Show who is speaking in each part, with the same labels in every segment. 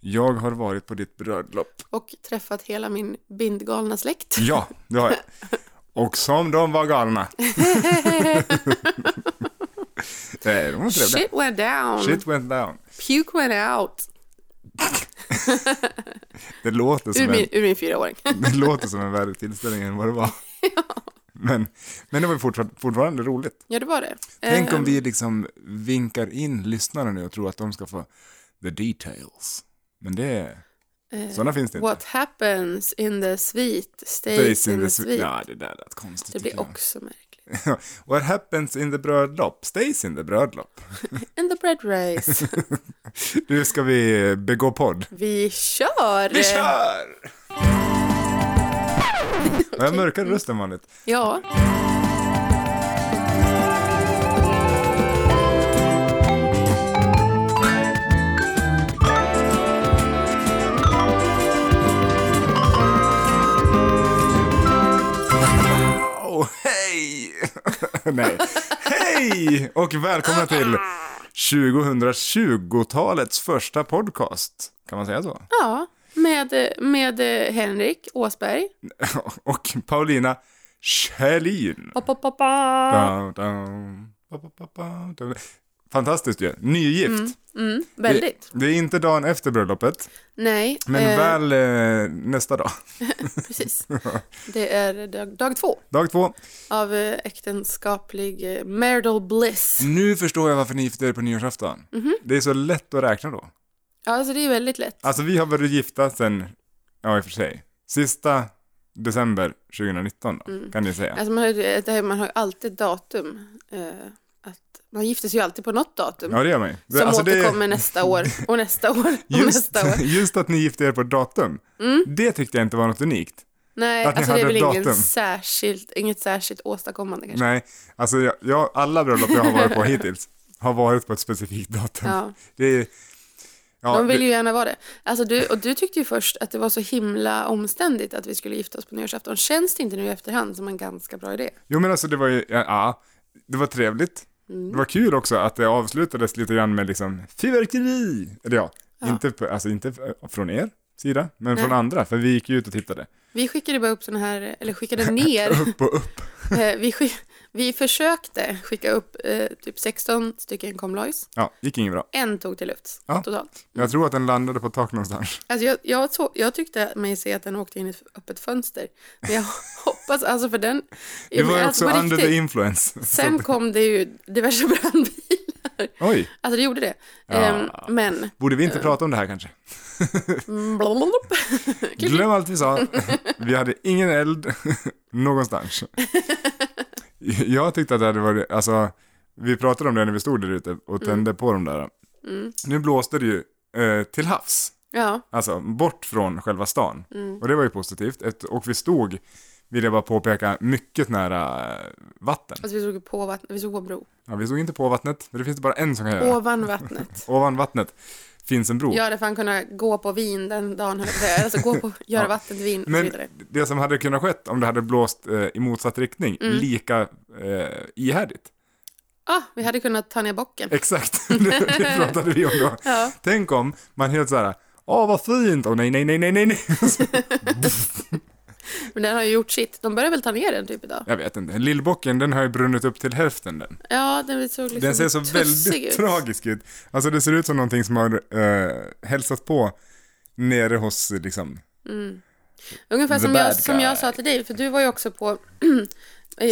Speaker 1: Jag har varit på ditt bröllop.
Speaker 2: Och träffat hela min bindgalna släkt.
Speaker 1: Ja, det har jag. Och som de var galna. Nej, de var trevliga.
Speaker 2: Shit went down.
Speaker 1: Eh, Shit went down.
Speaker 2: Puke went out.
Speaker 1: Det låter
Speaker 2: Ur
Speaker 1: som en,
Speaker 2: min, ur min fyraåring.
Speaker 1: det låter som en värre tillställning än vad det var. Men, men det var ju fortfarande, fortfarande roligt.
Speaker 2: Ja, det var det.
Speaker 1: Tänk
Speaker 2: Eh,
Speaker 1: om vi liksom vinkar in lyssnarna nu och tror att de ska få the details. Men det,
Speaker 2: eh,
Speaker 1: sådana finns det inte.
Speaker 2: What happens in the suite stays in the suite.
Speaker 1: Ja, det där lät konstigt.
Speaker 2: det
Speaker 1: tycker
Speaker 2: blir
Speaker 1: jag.
Speaker 2: också märkligt.
Speaker 1: What happens in the bröllop stays in the bröllop.
Speaker 2: In the bread race.
Speaker 1: Nu ska vi begå podd.
Speaker 2: Vi kör!
Speaker 1: Vi kör! Jag har mörkare röst än vanligt.
Speaker 2: Ja.
Speaker 1: Åh, hej! Nej. Hej! Och välkomna till 2020-talets första podcast. Kan man säga så?
Speaker 2: Ja, med, med eh, Henrik Åsberg.
Speaker 1: Och Paulina Kjellin.
Speaker 2: Pa, pa, pa, pa.
Speaker 1: Da, da, ba, ba, ba, ba, da. Fantastiskt ju. Nygift.
Speaker 2: Mm, väldigt.
Speaker 1: Det, det är inte dagen efter bröllopet,
Speaker 2: Nej,
Speaker 1: men
Speaker 2: eh,
Speaker 1: väl eh, nästa dag.
Speaker 2: precis. Det är dag, dag två
Speaker 1: Dag två.
Speaker 2: av eh, äktenskaplig eh, marital bliss.
Speaker 1: Nu förstår jag varför ni gifte er på nyårsafton.
Speaker 2: Mhm.
Speaker 1: Det är så lätt att räkna då.
Speaker 2: Ja, alltså det är väldigt lätt.
Speaker 1: Alltså vi har varit gifta sen, ja i och för sig, sista december 2019 då, kan ni säga.
Speaker 2: Alltså man har, ju- det här, man har ju alltid datum. Eh, att, man gifter sig ju alltid på något datum.
Speaker 1: Ja det gör man ju.
Speaker 2: Som
Speaker 1: alltså, det-
Speaker 2: återkommer nästa år och nästa år och
Speaker 1: just,
Speaker 2: nästa år. Mm.
Speaker 1: just att ni gifte er på ett datum, det tyckte jag inte var något unikt.
Speaker 2: Nej,
Speaker 1: Att ni
Speaker 2: alltså det är
Speaker 1: hade
Speaker 2: väl
Speaker 1: ett
Speaker 2: ingen
Speaker 1: datum.
Speaker 2: särskilt, inget särskilt åstadkommande kanske.
Speaker 1: Nej, alltså jag, jag, alla bröllop jag har varit på hittills har varit på ett specifikt datum.
Speaker 2: Ja.
Speaker 1: Det är, ja,
Speaker 2: De vill
Speaker 1: det,
Speaker 2: ju gärna vara det. Alltså du, och du tyckte ju först att det var så himla omständigt att vi skulle gifta oss på nyårsafton. Känns det inte nu i efterhand som en ganska bra idé?
Speaker 1: jo men alltså det var ju, ja, ja, det var trevligt.
Speaker 2: Mm.
Speaker 1: Det var kul också att det avslutades lite grann med liksom fyrverkeri. Eller ja, Inte, på- alltså inte f- från er sida, men från andra, för vi gick ju ut och tittade.
Speaker 2: Vi skickade bara upp sådana här, eller skickade ner,
Speaker 1: Upp och upp.
Speaker 2: eh, vi, skick, vi försökte skicka upp eh, typ 16 stycken komlojs.
Speaker 1: Ja, gick inget bra.
Speaker 2: En tog till luft
Speaker 1: Ja.
Speaker 2: totalt.
Speaker 1: Jag tror att den landade på tak någonstans.
Speaker 2: Alltså jag, jag, så, jag tyckte mig se att den åkte in i ett öppet fönster. Men jag hoppas, alltså för den...
Speaker 1: Det var ju
Speaker 2: alltså
Speaker 1: också
Speaker 2: på
Speaker 1: under
Speaker 2: riktigt.
Speaker 1: the influence.
Speaker 2: Sen kom det ju diverse brandbilar.
Speaker 1: Oj,
Speaker 2: Alltså det gjorde det. Ehm, men...
Speaker 1: borde vi inte prata om det här kanske?
Speaker 2: Blablabla.
Speaker 1: Glöm allt vi sa. Vi hade ingen eld någonstans. Jag tyckte att det hade varit, alltså, vi pratade om det när vi stod där ute och tände på de där. Nu blåste det ju eh, till havs.
Speaker 2: Ja,
Speaker 1: Alltså bort från själva stan. Och det var ju positivt. Ett- Och vi stod, vill jag bara påpeka, mycket nära eh, vatten.
Speaker 2: alltså vi såg på vattnet, vi såg på en bro.
Speaker 1: Ja, vi stod inte på vattnet, men det finns det bara en som kan göra.
Speaker 2: Ovan vattnet.
Speaker 1: Ovan vattnet finns en bro.
Speaker 2: Jag hade fan kunnat gå på vin den dagen, höll jag på att säga. alltså gå på, göra
Speaker 1: Ja.
Speaker 2: vatten till vin och så
Speaker 1: men
Speaker 2: vidare.
Speaker 1: det som hade kunnat skett om det hade blåst eh, i motsatt riktning,
Speaker 2: Mm.
Speaker 1: lika eh, ihärdigt.
Speaker 2: Ah, vi hade kunnat ta ner bocken.
Speaker 1: Eh. Exakt, det, det pratade vi om då.
Speaker 2: Ja.
Speaker 1: Tänk om man helt så här, åh vad fint, åh nej, nej, nej, nej, nej, nej.
Speaker 2: Men den har ju gjort sitt. De börjar väl ta ner den typ idag?
Speaker 1: Jag vet inte, lillbocken den har ju brunnit upp till hälften den.
Speaker 2: Ja, den såg liksom
Speaker 1: Den ser så
Speaker 2: tussig
Speaker 1: väldigt
Speaker 2: ut.
Speaker 1: tragisk ut. Alltså det ser ut som någonting som har eh, hälsat på nere hos eh, liksom
Speaker 2: Ungefär
Speaker 1: The
Speaker 2: som
Speaker 1: bad
Speaker 2: jag, som
Speaker 1: guy.
Speaker 2: jag sa till dig, för du var ju också på...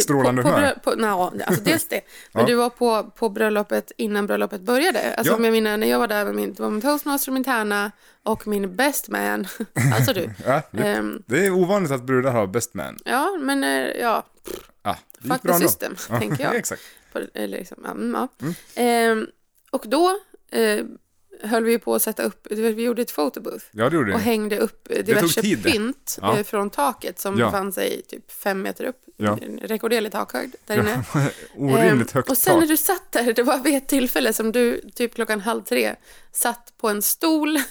Speaker 1: Strålande
Speaker 2: på, på,
Speaker 1: humör.
Speaker 2: brö- på, na, alltså dels det. Men
Speaker 1: Ja.
Speaker 2: du var på, på bröllopet innan bröllopet började. Alltså
Speaker 1: Ja.
Speaker 2: om jag menar, när jag var där med min, det var min toastmaster, min tärna och min best man. alltså du.
Speaker 1: Ja, det,
Speaker 2: Ehm,
Speaker 1: det är ovanligt att brudar har best man.
Speaker 2: ja, men eh, ja,
Speaker 1: Ah, det gick
Speaker 2: fuck
Speaker 1: bra
Speaker 2: the
Speaker 1: ändå.
Speaker 2: system,
Speaker 1: Ja,
Speaker 2: tänker jag.
Speaker 1: Exakt.
Speaker 2: På, eller liksom, ja, mm, ja. Ehm, och då eh, höll vi på att sätta upp, vi gjorde ett photobooth.
Speaker 1: Ja, det gjorde
Speaker 2: och
Speaker 1: det.
Speaker 2: hängde upp diverse
Speaker 1: tog tid, det.
Speaker 2: pynt
Speaker 1: Ja.
Speaker 2: eh, från taket som
Speaker 1: Ja.
Speaker 2: befann sig typ fem meter upp.
Speaker 1: Ja.
Speaker 2: En Rekorderlig takhöjd där inne.
Speaker 1: Orimligt
Speaker 2: Ehm,
Speaker 1: högt
Speaker 2: och sen när
Speaker 1: tak.
Speaker 2: du satt där, det var vid ett tillfälle som du typ klockan halv tre satt på en stol och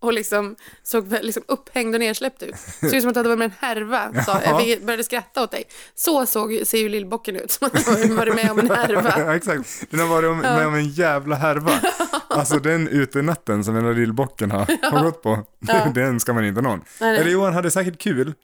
Speaker 2: och liksom såg vä- liksom upphängd och nersläppt ut. Såg ut som att du hade varit med en härva. Sa. Jag fick- började skratta åt dig. Så såg, ser ju lillbocken ut, som att han hade varit med om en härva.
Speaker 1: Ja, exakt. Den har varit om, med om en jävla härva. Alltså den utenatten som den där lillbocken har, har gått på, den ska man inte någon.
Speaker 2: Nej, Mm. nej.
Speaker 1: Eller Johan hade säkert kul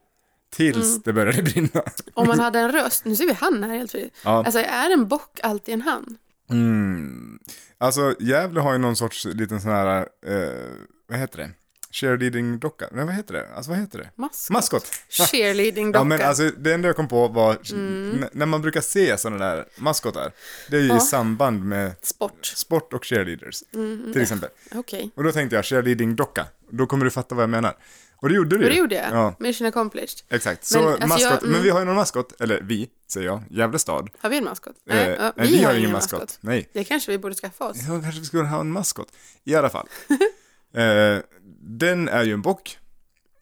Speaker 1: tills det började brinna.
Speaker 2: Om man hade en röst, nu ser vi han här helt fritt.
Speaker 1: Ja.
Speaker 2: Alltså är en bock alltid en han?
Speaker 1: Mm. Alltså Gävle har ju någon sorts liten sån här, eh, vad heter det? Cheerleading-docka? Nej vad heter det? Alltså vad heter det?
Speaker 2: Mask.
Speaker 1: Maskot!
Speaker 2: Cheerleading-docka. Mm.
Speaker 1: Ja men alltså det enda jag kom på var, n- när man brukar se sådana där maskotar, det är ju
Speaker 2: Ja.
Speaker 1: i samband med
Speaker 2: Sport.
Speaker 1: sport och cheerleaders,
Speaker 2: Mm.
Speaker 1: till exempel.
Speaker 2: Okej.
Speaker 1: Och då tänkte jag cheerleading-docka, då kommer du fatta vad jag menar. Och det gjorde du
Speaker 2: Och
Speaker 1: ju.
Speaker 2: det gjorde jag.
Speaker 1: Ja,
Speaker 2: Mission accomplished.
Speaker 1: exakt. Så
Speaker 2: Men, alltså,
Speaker 1: maskot,
Speaker 2: jag- mm.
Speaker 1: men vi har ju någon maskot, eller vi, säger jag, Gävle stad.
Speaker 2: Har vi en maskot?
Speaker 1: Eh,
Speaker 2: ja,
Speaker 1: nej, vi har ingen maskot. Nej.
Speaker 2: Det kanske vi borde skaffa oss.
Speaker 1: Ja, kanske vi skulle ha en maskot. I alla fall. eh, den är ju en bock.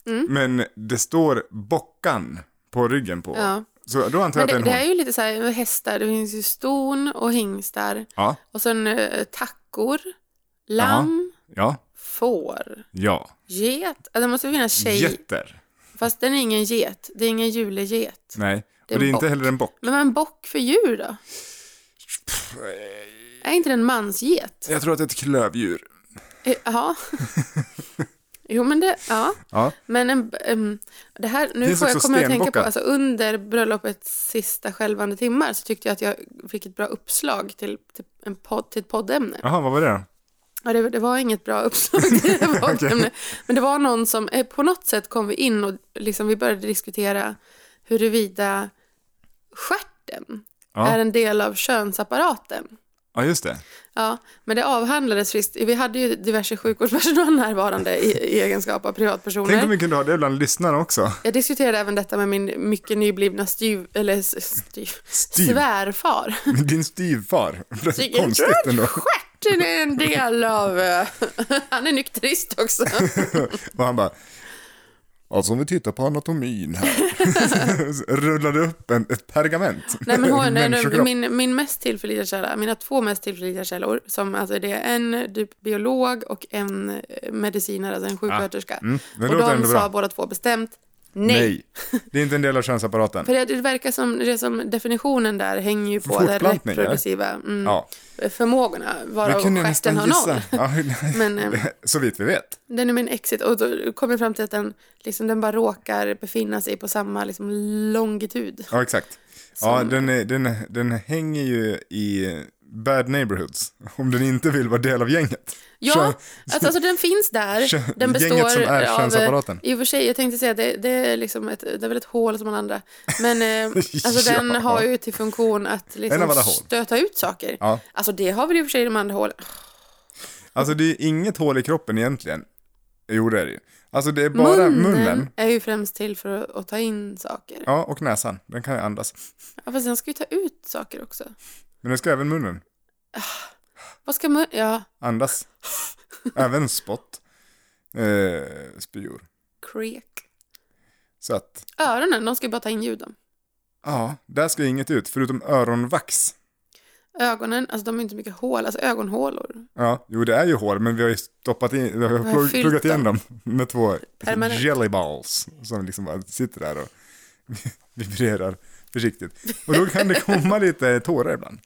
Speaker 2: Mm.
Speaker 1: Men det står bockan på ryggen på.
Speaker 2: Ja.
Speaker 1: Så då antar
Speaker 2: Men
Speaker 1: jag
Speaker 2: det,
Speaker 1: att
Speaker 2: det
Speaker 1: det är
Speaker 2: är
Speaker 1: en hon.
Speaker 2: ju lite så här med hästar, det finns ju ston och hingstar
Speaker 1: Ja,
Speaker 2: och sen eh, tackor, lamm,
Speaker 1: ja,
Speaker 2: får,
Speaker 1: ja.
Speaker 2: get. Alltså, det måste finnas tjej,
Speaker 1: Getter.
Speaker 2: fast den är ingen get, det är ingen juleget.
Speaker 1: Nej.
Speaker 2: Det är
Speaker 1: och det är
Speaker 2: en
Speaker 1: inte
Speaker 2: bock.
Speaker 1: heller en bock.
Speaker 2: Men vad är en bock för djur då?
Speaker 1: eh.
Speaker 2: Är inte det en mansget?
Speaker 1: Jag tror att det är ett klövdjur.
Speaker 2: Eh, Ja. Jo men det, ja.
Speaker 1: Ja.
Speaker 2: Men en, em, det här, nu
Speaker 1: Finns
Speaker 2: får jag
Speaker 1: också
Speaker 2: komma att tänka på,
Speaker 1: stenbockar.
Speaker 2: alltså under bröllopets sista skälvande timmar så tyckte jag att jag fick ett bra uppslag till, till, en podd, till ett poddämne.
Speaker 1: Jaha, vad var det då?
Speaker 2: Ja, det, det var inget bra uppslag till ett poddämne. Men det var någon som, eh, på något sätt kom vi in och liksom, vi började diskutera huruvida stjärten
Speaker 1: Ja.
Speaker 2: är en del av könsapparaten.
Speaker 1: Ja, just det.
Speaker 2: Ja, men det avhandlades friskt. Vi hade ju diverse sjukvårdspersonal närvarande i, i egenskap av privatpersoner.
Speaker 1: Tänk om vi kunde ha det bland lyssnarna också.
Speaker 2: Jag diskuterade även detta med min mycket nyblivna styv, eller s- styv,
Speaker 1: Styv.
Speaker 2: svärfar.
Speaker 1: Med din styvfar. Det är
Speaker 2: Vilken
Speaker 1: konstigt ändå.
Speaker 2: Stjärten är en del av... eh, Han är nykterist också.
Speaker 1: Och han bara, alltså om vi tittar på anatomin här. Så Rullade upp en, ett pergament.
Speaker 2: Nej, men hon, nej, nej,
Speaker 1: Människokropp.
Speaker 2: min, min mest tillförlitliga källa, mina två mest tillförlitliga källor, som alltså det är en typ biolog och en eh, medicinare, alltså en sjuksköterska.
Speaker 1: Ah, mm, det
Speaker 2: och
Speaker 1: låter
Speaker 2: de
Speaker 1: ändå
Speaker 2: sa
Speaker 1: bra.
Speaker 2: båda två bestämt nej.
Speaker 1: Nej, det är inte en del av könsapparaten.
Speaker 2: För det, det verkar som, det som definitionen där hänger ju på den
Speaker 1: Fortplantning, ja.
Speaker 2: reproduceva mm,
Speaker 1: Ja,
Speaker 2: förmågorna,
Speaker 1: det
Speaker 2: varav
Speaker 1: kunde jag
Speaker 2: stjärten har
Speaker 1: nästan
Speaker 2: noll.
Speaker 1: gissa. Ja,
Speaker 2: Men, eh,
Speaker 1: så vitt vi vet.
Speaker 2: Den är min exit och då kom jag fram till att den, liksom, den bara råkar befinna sig på samma liksom, longitud.
Speaker 1: Ja, exakt. Ja, den, är, den, är- den hänger ju i bad neighborhoods. Om den inte vill vara del av gänget.
Speaker 2: Ja,
Speaker 1: Kör-
Speaker 2: alltså, alltså den finns där.
Speaker 1: Kö-
Speaker 2: Den består
Speaker 1: gänget som är
Speaker 2: av...
Speaker 1: könsapparaten.
Speaker 2: I och för sig, jag tänkte säga det, det, är liksom ett, det är väl ett hål som alla andra. Men eh, alltså, den
Speaker 1: Ja.
Speaker 2: har ju till funktion att
Speaker 1: En av alla
Speaker 2: liksom,
Speaker 1: hål.
Speaker 2: stöta ut saker.
Speaker 1: Ja.
Speaker 2: Alltså det har väl i och för sig de andra hålen.
Speaker 1: Alltså det är inget hål i kroppen egentligen. Jo, det är det ju. Alltså det är bara munnen.
Speaker 2: är ju främst till för att, att ta in saker.
Speaker 1: Ja, och näsan. Den kan ju andas.
Speaker 2: Ja, fast den ska ju ta ut saker också.
Speaker 1: Men den ska även munnen
Speaker 2: Vad ska mun... Ja,
Speaker 1: andas. Även spott. Eh, spyor.
Speaker 2: creak.
Speaker 1: Så att,
Speaker 2: Öronen, de ska ju bara ta in ljuden.
Speaker 1: ja, där ska inget ut förutom öronvax.
Speaker 2: Ögonen, alltså de är inte mycket hål, alltså ögonhålor.
Speaker 1: Ja, jo det är ju hår, men vi har ju stoppat in, vi har
Speaker 2: har
Speaker 1: plugg,
Speaker 2: fyllt
Speaker 1: pluggat
Speaker 2: dem.
Speaker 1: igen dem med två
Speaker 2: Permanent.
Speaker 1: jellyballs som liksom bara sitter där och vibrerar försiktigt. Och då kan det komma lite tårar ibland.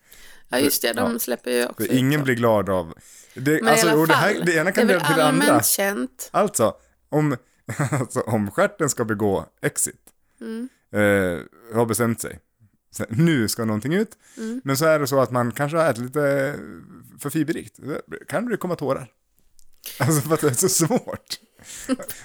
Speaker 2: Ja just det, de släpper ju också
Speaker 1: För
Speaker 2: ut
Speaker 1: ingen
Speaker 2: dem.
Speaker 1: blir glad av, det,
Speaker 2: Men i
Speaker 1: alltså,
Speaker 2: alla
Speaker 1: och det,
Speaker 2: fall,
Speaker 1: här, det ena kan
Speaker 2: det är
Speaker 1: leda
Speaker 2: väl
Speaker 1: till det andra.
Speaker 2: allmänt känt.
Speaker 1: Alltså, om, alltså, om stjärten ska begå exit, eh, har bestämt sig, så, här, nu ska någonting ut,
Speaker 2: Mm.
Speaker 1: men så är det så att man kanske har ätit lite för fiberrikt, kan det komma tårar. Alltså för att det är så svårt.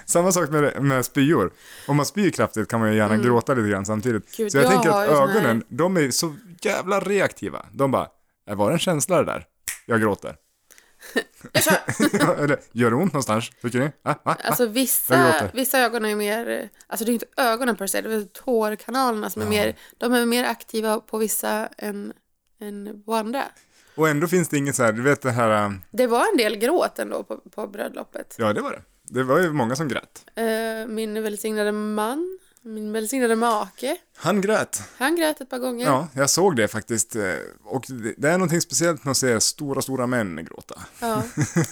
Speaker 1: Samma sak med, det- med spyor. Om man spyr kraftigt kan man ju gärna gråta lite grann samtidigt.
Speaker 2: Mm. Gud,
Speaker 1: så jag,
Speaker 2: jag
Speaker 1: tänker
Speaker 2: har
Speaker 1: att
Speaker 2: ju sån här-
Speaker 1: ögonen, de är så jävla reaktiva. De bara, "Äh, var det en känsla det där? Jag gråter. Eller, gör det ont någonstans? Tycker ni? Ah, ah, ah.
Speaker 2: Alltså
Speaker 1: Jag
Speaker 2: vissa,
Speaker 1: gråter.
Speaker 2: vissa ögon är ju mer, eh, alltså det är ju inte ögonen per se, det är väl tårkanalerna som är mer, de är mer aktiva på vissa än, än på andra.
Speaker 1: Och ändå finns det inget så här, du vet det här, ähm,
Speaker 2: Det var en del gråt ändå på, på bröllopet.
Speaker 1: ja det var det. Det var ju många som grät.
Speaker 2: Eh, Min välsignade man Min välsignade make,
Speaker 1: Han grät.
Speaker 2: han grät ett par gånger.
Speaker 1: Ja, jag såg det faktiskt. eh, Och det det är någonting speciellt med att se stora, stora män gråta.
Speaker 2: Ja,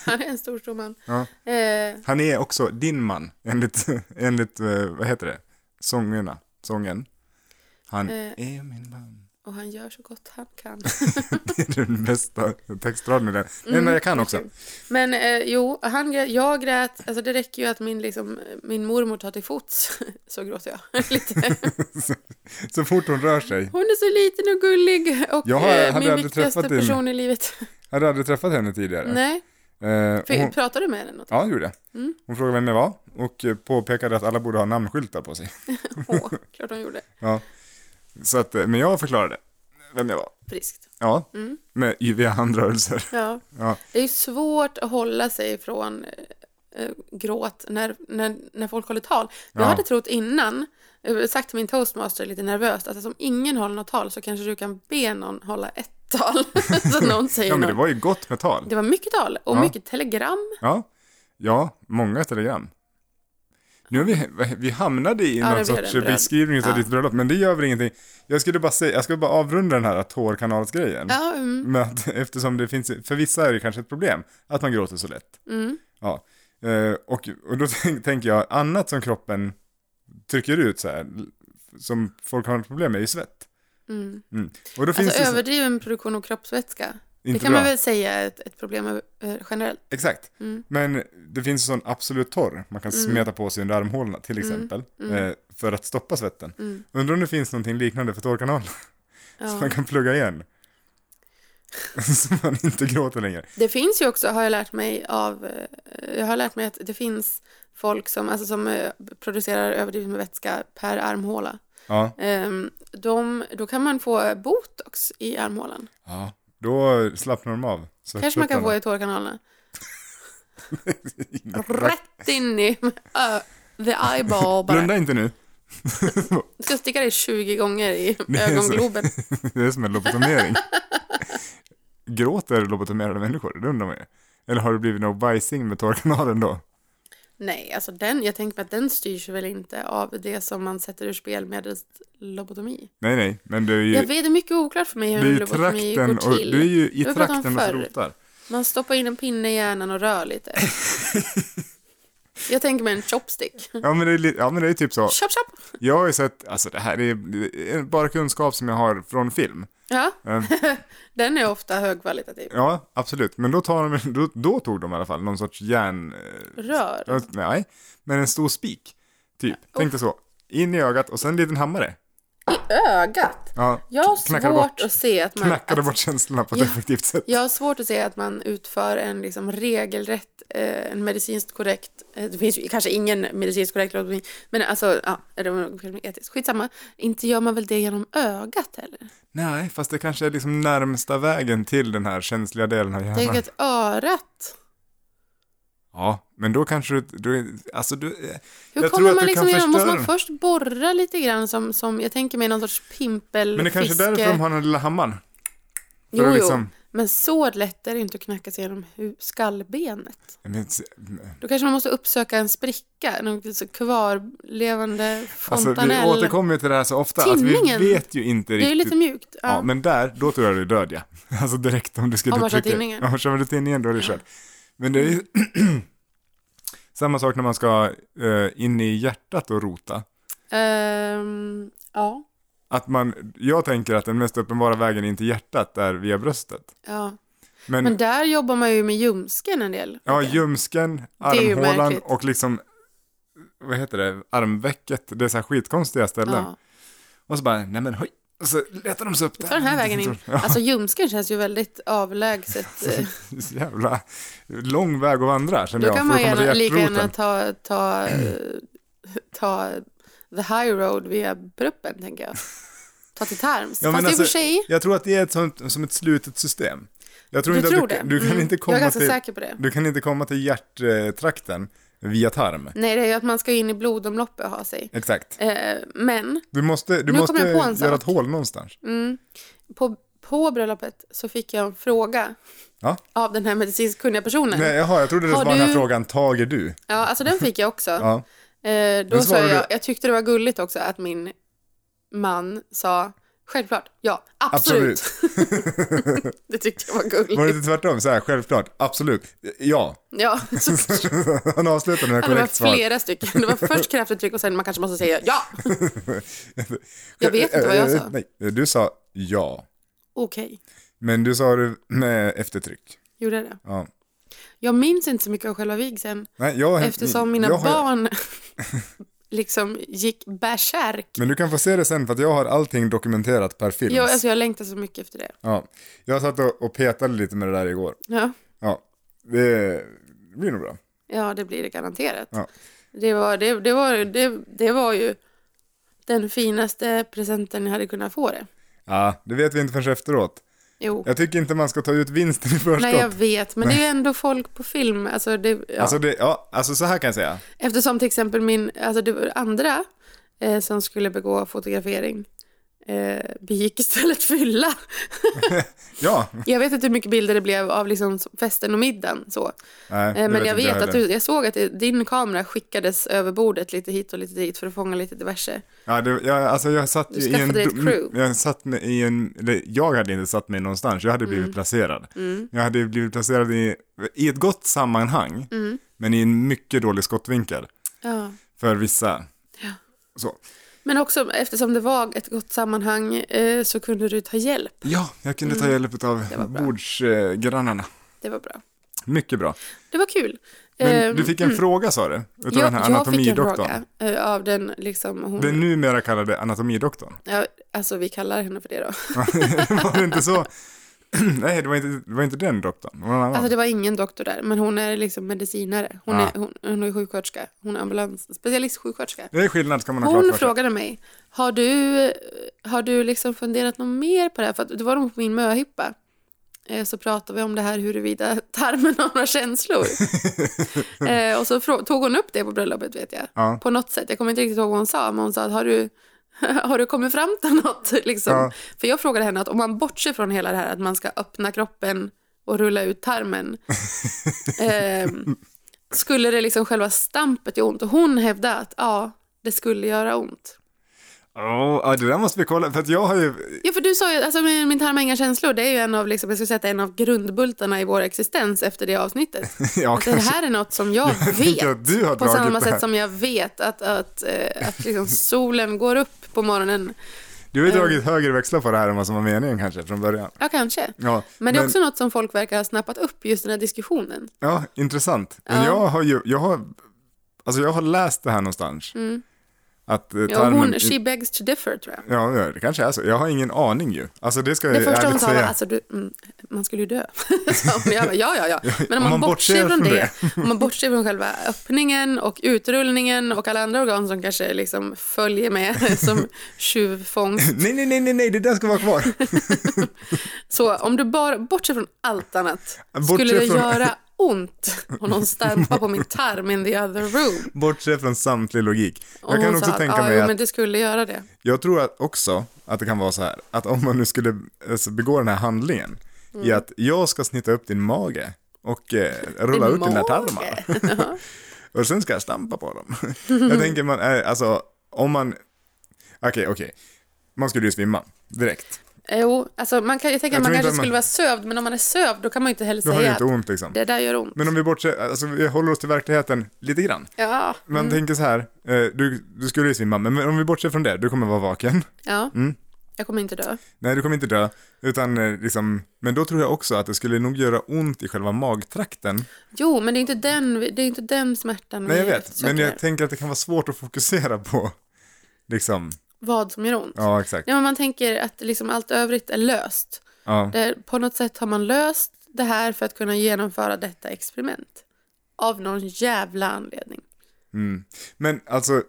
Speaker 2: han är en stor, stor man.
Speaker 1: Ja.
Speaker 2: Eh,
Speaker 1: Han är också din man, enligt, enligt eh, vad heter det, sångerna, sången. Han
Speaker 2: Eh.
Speaker 1: är min man.
Speaker 2: och han gör så gott han kan.
Speaker 1: Det är den bästa textraden i den. Den
Speaker 2: Mm,
Speaker 1: enda jag kan också.
Speaker 2: Men eh, jo, han, grä- jag grät, alltså det räcker ju att min, liksom, min mormor tar till fots, så gråter jag lite.
Speaker 1: Så fort hon rör sig.
Speaker 2: Hon är så liten och gullig och
Speaker 1: Jag har-
Speaker 2: eh,
Speaker 1: hade
Speaker 2: min
Speaker 1: aldrig
Speaker 2: viktigaste
Speaker 1: träffat din-
Speaker 2: person i livet.
Speaker 1: Jag hade aldrig träffat henne tidigare.
Speaker 2: Nej,
Speaker 1: Eh,
Speaker 2: för,
Speaker 1: hon,
Speaker 2: pratar du med henne något?
Speaker 1: ja, det gjorde jag.
Speaker 2: Mm.
Speaker 1: Hon frågade vem jag var och eh, påpekade att alla borde ha namnskyltar på sig.
Speaker 2: Åh, klart hon gjorde.
Speaker 1: Ja. Så att, eh, men jag förklarade vem jag var.
Speaker 2: Friskt.
Speaker 1: Ja,
Speaker 2: Mm.
Speaker 1: med yviga handrörelser.
Speaker 2: Ja.
Speaker 1: Ja.
Speaker 2: Det är ju svårt att hålla sig från eh, eh, gråt när, när, när folk håller tal. Jag
Speaker 1: Ja.
Speaker 2: hade trott innan, eh, sagt till min toastmaster lite nervöst, att alltså, om ingen håller något tal så kanske du kan be någon hålla ett tal. så att någon säger
Speaker 1: Ja, men det
Speaker 2: något.
Speaker 1: var ju gott med tal.
Speaker 2: Det var mycket tal och
Speaker 1: Ja.
Speaker 2: mycket telegram.
Speaker 1: Ja, ja många telegram. Nu har vi, vi hamnade i
Speaker 2: det
Speaker 1: någon
Speaker 2: blev
Speaker 1: sorts
Speaker 2: en bröd.
Speaker 1: beskrivning av
Speaker 2: Ja.
Speaker 1: ditt bröllop, men det gör väl ingenting. Jag skulle bara, säga, jag skulle bara avrunda den här tårkanalsgrejen.
Speaker 2: Ja, mm,
Speaker 1: Med att, eftersom det finns, för vissa är det kanske ett problem, att man gråter så lätt.
Speaker 2: mm.
Speaker 1: Ja. Eh, och, och då tänk, tänker jag, annat som kroppen trycker ut så här, som folk har problem med, är ju svett.
Speaker 2: Mm.
Speaker 1: Mm. Och då finns
Speaker 2: Alltså
Speaker 1: det så-
Speaker 2: överdriven produktion av kroppsvätska. Det
Speaker 1: inte
Speaker 2: kan
Speaker 1: bra.
Speaker 2: man väl säga är ett, ett problem eh, generellt.
Speaker 1: Exakt.
Speaker 2: Mm.
Speaker 1: Men det finns en sån absolut torr man kan smeta på sig under armhålorna till exempel. Eh, för att stoppa svetten.
Speaker 2: Mm.
Speaker 1: Undrar om det finns någonting liknande för torrkanal som
Speaker 2: Ja.
Speaker 1: man kan plugga igen. så man inte gråter längre.
Speaker 2: Det finns ju också, har jag lärt mig av, eh, jag har lärt mig att det finns folk som, alltså som eh, producerar överdrivet med vätska per armhåla.
Speaker 1: Ja,
Speaker 2: Ehm, De, då kan man få botox i armhålan.
Speaker 1: ja. då slappnar de av.
Speaker 2: Kanske man kan få i tårkanalerna.
Speaker 1: få
Speaker 2: Rätt in i ö, the eyeball bara.
Speaker 1: Blunda inte nu.
Speaker 2: Jag ska sticka dig 20 gånger i
Speaker 1: är så.
Speaker 2: ögongloben.
Speaker 1: det är som en lobotomering. Gråter lobotomerade människor? Det undrar man ju. Eller har det blivit något bajsing med torrkanalen då?
Speaker 2: Nej, alltså den, jag tänker mig att den styrs väl inte av det som man sätter ur spel medelst lobotomi.
Speaker 1: Nej, nej, men det är ju...
Speaker 2: Jag vet, det är mycket oklart för mig hur
Speaker 1: Du är
Speaker 2: en
Speaker 1: ju i
Speaker 2: lobotomi
Speaker 1: trakten
Speaker 2: går
Speaker 1: och,
Speaker 2: till.
Speaker 1: du är ju i
Speaker 2: Jag har pratat om
Speaker 1: trakten och
Speaker 2: förr.
Speaker 1: frotar.
Speaker 2: Man stoppar in en pinne i hjärnan och rör lite. Jag tänker mig en chopstick.
Speaker 1: Ja men, det är, li- ja men det är typ så.
Speaker 2: Chop, chop!
Speaker 1: Jag har ju sett, alltså det här är, det är bara kunskap som jag har från film.
Speaker 2: Ja,
Speaker 1: Eh,
Speaker 2: den är ofta högkvalitativ.
Speaker 1: Ja, absolut. Men då, tar de, då, då tog de i alla fall någon sorts järn... eh,
Speaker 2: Rör.
Speaker 1: ja, Nej, men en stor spik. Typ, tänk dig så. In i ögat och sen en liten hammare.
Speaker 2: I ögat.
Speaker 1: Ja,
Speaker 2: Jag har
Speaker 1: Knackade
Speaker 2: svårt
Speaker 1: bort.
Speaker 2: att se att man...
Speaker 1: knackade bort känslorna på ett
Speaker 2: Ja.
Speaker 1: effektivt sätt.
Speaker 2: Jag har svårt att se att man utför en liksom regelrätt, eh, en medicinskt korrekt, eh, det finns ju kanske ingen medicinskt korrekt lobotomi, men alltså, ja, det var kanske etiskt, skitsamma. Inte gör man väl det genom ögat heller?
Speaker 1: Nej, fast det kanske är liksom närmsta vägen till den här känsliga delen av
Speaker 2: Tänk
Speaker 1: hjärnan.
Speaker 2: att örat,
Speaker 1: Ja, men då kanske du, du alltså du, eh,
Speaker 2: hur
Speaker 1: Jag tror
Speaker 2: kommer
Speaker 1: att
Speaker 2: man
Speaker 1: du
Speaker 2: liksom
Speaker 1: kan
Speaker 2: igenom? Måste
Speaker 1: förstöra
Speaker 2: man
Speaker 1: den.
Speaker 2: först borra lite grann som, som jag tänker mig någon sorts pimpel,
Speaker 1: Men det är kanske är därför de har liksom- den lilla hammaren. För
Speaker 2: jo,
Speaker 1: att
Speaker 2: jo, men så lätt är det inte att knacka sig igenom hu- skallbenet.
Speaker 1: Men,
Speaker 2: Då kanske man måste uppsöka en spricka, någon så kvarlevande
Speaker 1: alltså,
Speaker 2: fontanell.
Speaker 1: vi återkommer ju till det här så ofta,
Speaker 2: Tinningen.
Speaker 1: att vi vet ju inte
Speaker 2: Det är
Speaker 1: riktigt.
Speaker 2: ju lite mjukt.
Speaker 1: ja. men där, då tror jag du är död ja. Alltså direkt om du skulle
Speaker 2: Om man kör
Speaker 1: trycka-
Speaker 2: tinningen.
Speaker 1: Om man kör tinningen, då är det kört. Men det är ju samma sak när man ska eh, in i hjärtat och rota.
Speaker 2: Ehm, ja.
Speaker 1: Att man, jag tänker att den mest uppenbara vägen in till hjärtat är via bröstet.
Speaker 2: ja.
Speaker 1: Men,
Speaker 2: Men där jobbar man ju med ljumsken en del.
Speaker 1: ja,
Speaker 2: tänker jag.
Speaker 1: ljumsken,
Speaker 2: är ju
Speaker 1: armhålan
Speaker 2: märkligt.
Speaker 1: och liksom, vad heter det, armvecket. Det är så här skitkonstiga ställen.
Speaker 2: ja.
Speaker 1: Och så bara, nej men hoj. Och så letar de sig upp där.
Speaker 2: Ta den här vägen in.
Speaker 1: Ja,
Speaker 2: Alltså ljumsken känns ju väldigt avlägset. eh.
Speaker 1: så jävla lång väg att vandra känner
Speaker 2: Då
Speaker 1: jag.
Speaker 2: kan
Speaker 1: för
Speaker 2: man
Speaker 1: att komma till
Speaker 2: gärna, lika
Speaker 1: hjärtroten.
Speaker 2: gärna ta, ta, eh, ta the high road via bruppen, tänker jag. Ta till Tarms.
Speaker 1: Ja, men
Speaker 2: Fast i och för
Speaker 1: alltså,
Speaker 2: sig,
Speaker 1: Jag tror att det är ett sånt, som ett slutet system. Jag tror
Speaker 2: du
Speaker 1: inte
Speaker 2: tror
Speaker 1: att du,
Speaker 2: det?
Speaker 1: Du kan,
Speaker 2: Mm.
Speaker 1: inte
Speaker 2: jag är
Speaker 1: komma
Speaker 2: ganska
Speaker 1: till,
Speaker 2: säker på det.
Speaker 1: du kan inte komma till hjärttrakten via tarm.
Speaker 2: Nej, det är ju att man ska in i blodomloppet och ha sig.
Speaker 1: Exakt.
Speaker 2: Eh, men
Speaker 1: Du måste, du
Speaker 2: Nu
Speaker 1: måste
Speaker 2: kommer jag på en
Speaker 1: göra
Speaker 2: sak.
Speaker 1: ett hål någonstans.
Speaker 2: Mm. På, på bröllopet så fick jag en fråga
Speaker 1: Ja.
Speaker 2: av den här medicinskt kunniga personen.
Speaker 1: Nej, jaha, jag trodde det
Speaker 2: Har
Speaker 1: var den här
Speaker 2: du-
Speaker 1: frågan, tager du?
Speaker 2: Ja, alltså den fick jag också.
Speaker 1: Ja.
Speaker 2: Eh, då sa
Speaker 1: svarade
Speaker 2: jag,
Speaker 1: du-
Speaker 2: jag tyckte det var gulligt också att min man sa självklart, ja, absolut.
Speaker 1: Absolut.
Speaker 2: det tyckte jag var
Speaker 1: Var det
Speaker 2: gulligt.
Speaker 1: inte tvärtom? Så här, självklart, absolut, ja.
Speaker 2: Ja, så,
Speaker 1: Han avslutade med
Speaker 2: det var
Speaker 1: korrekt svar.
Speaker 2: flera stycken. Det var först kraftuttryck och sen man kanske måste säga ja. Jag vet inte vad jag sa.
Speaker 1: Eh, Nej, du sa ja,
Speaker 2: Okej,
Speaker 1: men du sa det med eftertryck.
Speaker 2: gjorde jag det?
Speaker 1: Ja.
Speaker 2: Jag minns inte så mycket av själva vigseln
Speaker 1: Nej, jag,
Speaker 2: eftersom mina
Speaker 1: jag har-
Speaker 2: barn liksom gick bärsärk.
Speaker 1: Men du kan få se det sen för att jag har allting dokumenterat per film.
Speaker 2: Jag, alltså, jag längtar så mycket efter det.
Speaker 1: Ja. Jag satt och, och petade lite med det där igår.
Speaker 2: Ja.
Speaker 1: Ja, det blir nog bra.
Speaker 2: Ja, det blir det garanterat.
Speaker 1: Ja.
Speaker 2: Det, var, det, det, var, det, det var ju den finaste presenten jag hade kunnat få det.
Speaker 1: Ja, det vet vi inte förrän efteråt.
Speaker 2: Jo,
Speaker 1: Jag tycker inte man ska ta ut vinsten i förskott.
Speaker 2: nej jag vet, men det är ju ändå folk på film. Alltså det, ja.
Speaker 1: Alltså, det, ja, alltså så här kan jag säga.
Speaker 2: Eftersom till exempel min, alltså det var andra eh, som skulle begå fotografering eh, begick istället fylla.
Speaker 1: Ja,
Speaker 2: Jag vet inte hur mycket bilder det blev av liksom festen och middagen. Så.
Speaker 1: nej, det
Speaker 2: Eh, men
Speaker 1: vet
Speaker 2: jag
Speaker 1: inte
Speaker 2: vet att
Speaker 1: heller.
Speaker 2: du, jag såg att det, din kamera skickades över bordet lite hit och lite dit för att fånga lite diverse.
Speaker 1: Ja, det, jag, alltså jag satt
Speaker 2: Du
Speaker 1: ju i en...
Speaker 2: skaffade dig ett crew.
Speaker 1: Jag satt med i en... Eller, jag hade inte satt mig någonstans, jag hade blivit
Speaker 2: Mm.
Speaker 1: placerad. Jag hade blivit placerad i, i ett gott sammanhang,
Speaker 2: Mm.
Speaker 1: men i en mycket dålig skottvinkel
Speaker 2: Ja.
Speaker 1: för vissa. Så.
Speaker 2: Men också eftersom det var ett gott sammanhang eh, så kunde du ta hjälp.
Speaker 1: Ja, jag kunde ta hjälp av
Speaker 2: Mm. var bra.
Speaker 1: bordsgrannarna.
Speaker 2: Det var bra.
Speaker 1: Mycket bra.
Speaker 2: Det var kul.
Speaker 1: Men
Speaker 2: Eh,
Speaker 1: du fick en fråga sa du, utav
Speaker 2: jag,
Speaker 1: den här
Speaker 2: jag fick en
Speaker 1: anatomidoktorn.
Speaker 2: fråga eh, av den liksom hon,
Speaker 1: Den numera kallade anatomidoktorn.
Speaker 2: ja, alltså vi kallar henne för det då.
Speaker 1: var det inte så? Nej, det var inte, det var inte den doktorn. Det var någon annan.
Speaker 2: Alltså det var ingen doktor där, men hon är liksom medicinare. Hon,
Speaker 1: Ah.
Speaker 2: är, hon, hon är sjuksköterska, hon är ambulans, specialistsjuksköterska.
Speaker 1: det är skillnad ska man ha klart
Speaker 2: Hon
Speaker 1: för sig.
Speaker 2: frågade mig, har du, har du liksom funderat något mer på det här? För att det var nog på min möhippa. Eh, Så pratade vi om det här huruvida tarmen har några känslor. eh, och så frå- tog hon upp det på bröllopet vet jag.
Speaker 1: Ja.
Speaker 2: På något sätt. Jag kommer inte riktigt ihåg vad hon sa. Men hon sa, att, har du, har du kommit fram till något? Liksom.
Speaker 1: Ja.
Speaker 2: För jag frågade henne att om man bortser från hela det här att man ska öppna kroppen och rulla ut tarmen. ehm, skulle det liksom själva stampet göra ont? Och hon hävdade att ja, det skulle göra ont.
Speaker 1: Åh, ja, det där måste vi kolla, för att jag har ju...
Speaker 2: Ja, för du sa ju, alltså min, min tarm har inga känslor, det är ju en av, liksom, jag skulle säga att det är en av grundbultarna i vår existens efter det avsnittet.
Speaker 1: Ja,
Speaker 2: Att det här är något som Alltså, jag vet,
Speaker 1: tänker att du har
Speaker 2: på samma
Speaker 1: dragit det här.
Speaker 2: sätt som jag vet att, att, eh, att liksom solen går upp på morgonen.
Speaker 1: Du har ju dragit högre växlar på det här än vad som var meningen kanske från början.
Speaker 2: Ja, kanske.
Speaker 1: Ja,
Speaker 2: Men det är också något som folk verkar ha snappat upp, just den här diskussionen.
Speaker 1: ja intressant. Men
Speaker 2: Ja.
Speaker 1: jag har ju, jag har, alltså jag har läst det här någonstans. Att eh,
Speaker 2: Mm. Ja, hon,
Speaker 1: tarmen...
Speaker 2: she begs to differ, tror jag.
Speaker 1: Ja, ja, det kanske är så. Jag har ingen aning ju. Alltså det ska jag
Speaker 2: Det första hon
Speaker 1: ärligt
Speaker 2: sa var,
Speaker 1: säga.
Speaker 2: alltså, du, mm, man skulle ju dö. sa hon. jag bara, ja, ja, ja. Men om man, bortser från det, om man bortser från själva öppningen och utrullningen och alla andra organ som kanske liksom följer med som tjuvfångst.
Speaker 1: Nej, nej, nej, nej, nej, det där ska vara kvar.
Speaker 2: Så om du bara bortser från allt annat, skulle
Speaker 1: Bortser
Speaker 2: det
Speaker 1: från-
Speaker 2: göra ont om någon stampar på min tarm in the other room?
Speaker 1: Bortse från samtlig logik.
Speaker 2: Och
Speaker 1: Jag kan
Speaker 2: hon
Speaker 1: också
Speaker 2: sa,
Speaker 1: tänka
Speaker 2: ja,
Speaker 1: mig
Speaker 2: jo,
Speaker 1: att,
Speaker 2: men det skulle göra det.
Speaker 1: jag tror att också att det kan vara så här, att om man nu skulle alltså, begå den här handlingen
Speaker 2: Mm.
Speaker 1: i att jag ska snitta upp din mage och eh, rulla
Speaker 2: Din
Speaker 1: ut dina
Speaker 2: mage?
Speaker 1: tarmar. och sen ska jag stampa på dem. jag tänker man, är, alltså om man, okej, okej, man skulle ju svimma direkt.
Speaker 2: Jo, alltså man kan, jag tänker
Speaker 1: Jag
Speaker 2: att man
Speaker 1: tror inte
Speaker 2: kanske
Speaker 1: att man-
Speaker 2: skulle vara sövd, men om man är sövd då kan man ju inte heller
Speaker 1: Då har det
Speaker 2: säga
Speaker 1: inte ont liksom.
Speaker 2: att det där gör ont.
Speaker 1: Men om vi bortser, alltså vi håller oss till verkligheten lite grann.
Speaker 2: Ja,
Speaker 1: Man tänker så här, eh, du, du skulle ju svimma, men men om vi bortser från det, du kommer vara vaken.
Speaker 2: ja.
Speaker 1: Mm.
Speaker 2: jag kommer inte dö.
Speaker 1: Nej, du kommer inte dö. Utan eh, liksom, men då tror jag också att det skulle nog göra ont i själva magtrakten.
Speaker 2: Jo, men det är inte den, det är inte den smärtan
Speaker 1: Nej, jag
Speaker 2: vi
Speaker 1: vet. Men
Speaker 2: söker.
Speaker 1: jag tänker att det kan vara svårt att fokusera på. Liksom,
Speaker 2: Vad som gör ont. Ja.
Speaker 1: ja exakt.
Speaker 2: men man tänker att liksom allt övrigt är löst.
Speaker 1: Ja.
Speaker 2: Det, på något sätt har man löst det här för att kunna genomföra detta experiment. Av någon jävla anledning.
Speaker 1: Men alltså,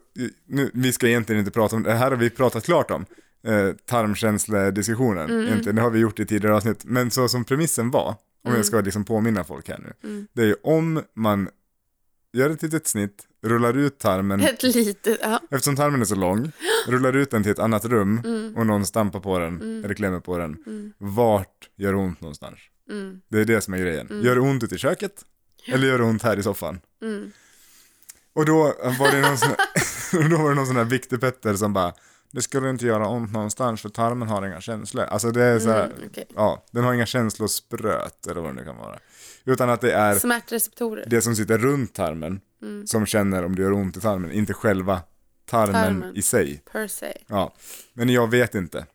Speaker 1: nu, vi ska egentligen inte prata om det. här har vi pratat klart om. Eh, tarmkänslediskussionen. Egentligen, det har vi gjort i tidigare avsnitt. Men så som premissen var, om jag ska liksom påminna folk här nu. Det är ju om man gör ett litet snitt, rullar ut tarmen
Speaker 2: Ett litet, ja.
Speaker 1: Eftersom tarmen är så lång, rullar ut den till ett annat rum
Speaker 2: Mm.
Speaker 1: och någon stampar på den eller klämmer på den. Vart gör det ont någonstans?
Speaker 2: Mm. Mm.
Speaker 1: Det är det som är grejen. Gör det ont ute i köket? Eller gör det ont här i soffan? Och då var det någon sån, då var det någon sån här Viktor Petter som bara, det skulle inte göra ont någonstans för tarmen har inga känslor. Alltså det är så här,
Speaker 2: Mm, okej.
Speaker 1: ja, den har inga känslospröt eller vad det nu kan vara. Utan att det är
Speaker 2: Smärtreceptorer.
Speaker 1: det som sitter runt tarmen
Speaker 2: Mm.
Speaker 1: som känner om det gör ont i tarmen, inte själva tarmen,
Speaker 2: Tarmen.
Speaker 1: i sig.
Speaker 2: Per se.
Speaker 1: Ja, men jag vet inte.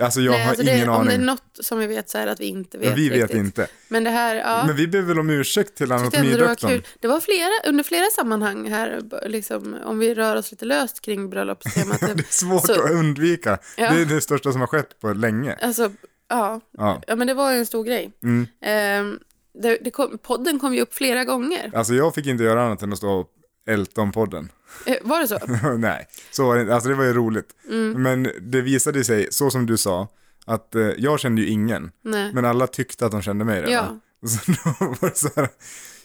Speaker 1: Alltså jag
Speaker 2: Nej,
Speaker 1: har
Speaker 2: alltså det,
Speaker 1: ingen
Speaker 2: är- Om det är
Speaker 1: aning.
Speaker 2: något som vi vet så är det att vi inte vet
Speaker 1: Vi vet
Speaker 2: riktigt.
Speaker 1: inte.
Speaker 2: Men det här, ja.
Speaker 1: Men vi ber väl om ursäkt till
Speaker 2: tyckte ändå det var
Speaker 1: anatomidoktorn.
Speaker 2: kul. Det var flera, under flera sammanhang här, b- liksom, om vi rör oss lite löst kring bröllopstemat.
Speaker 1: Det är svårt
Speaker 2: Så-
Speaker 1: att undvika.
Speaker 2: Ja.
Speaker 1: Det är det största som har skett på länge.
Speaker 2: Alltså, ja.
Speaker 1: Ja.
Speaker 2: ja, men det var ju en stor grej.
Speaker 1: Mm.
Speaker 2: Ehm, det, det kom, podden kom ju upp flera gånger.
Speaker 1: Alltså jag fick inte göra annat än att stå och älta om podden.
Speaker 2: Eh, var det så?
Speaker 1: Nej, så var det inte. Alltså det var ju roligt.
Speaker 2: Mm.
Speaker 1: Men det visade sig, så som du sa, att eh, jag kände ju ingen.
Speaker 2: Nej.
Speaker 1: Men eh, alla tyckte att de kände mig redan. Ja. Så då var det så här,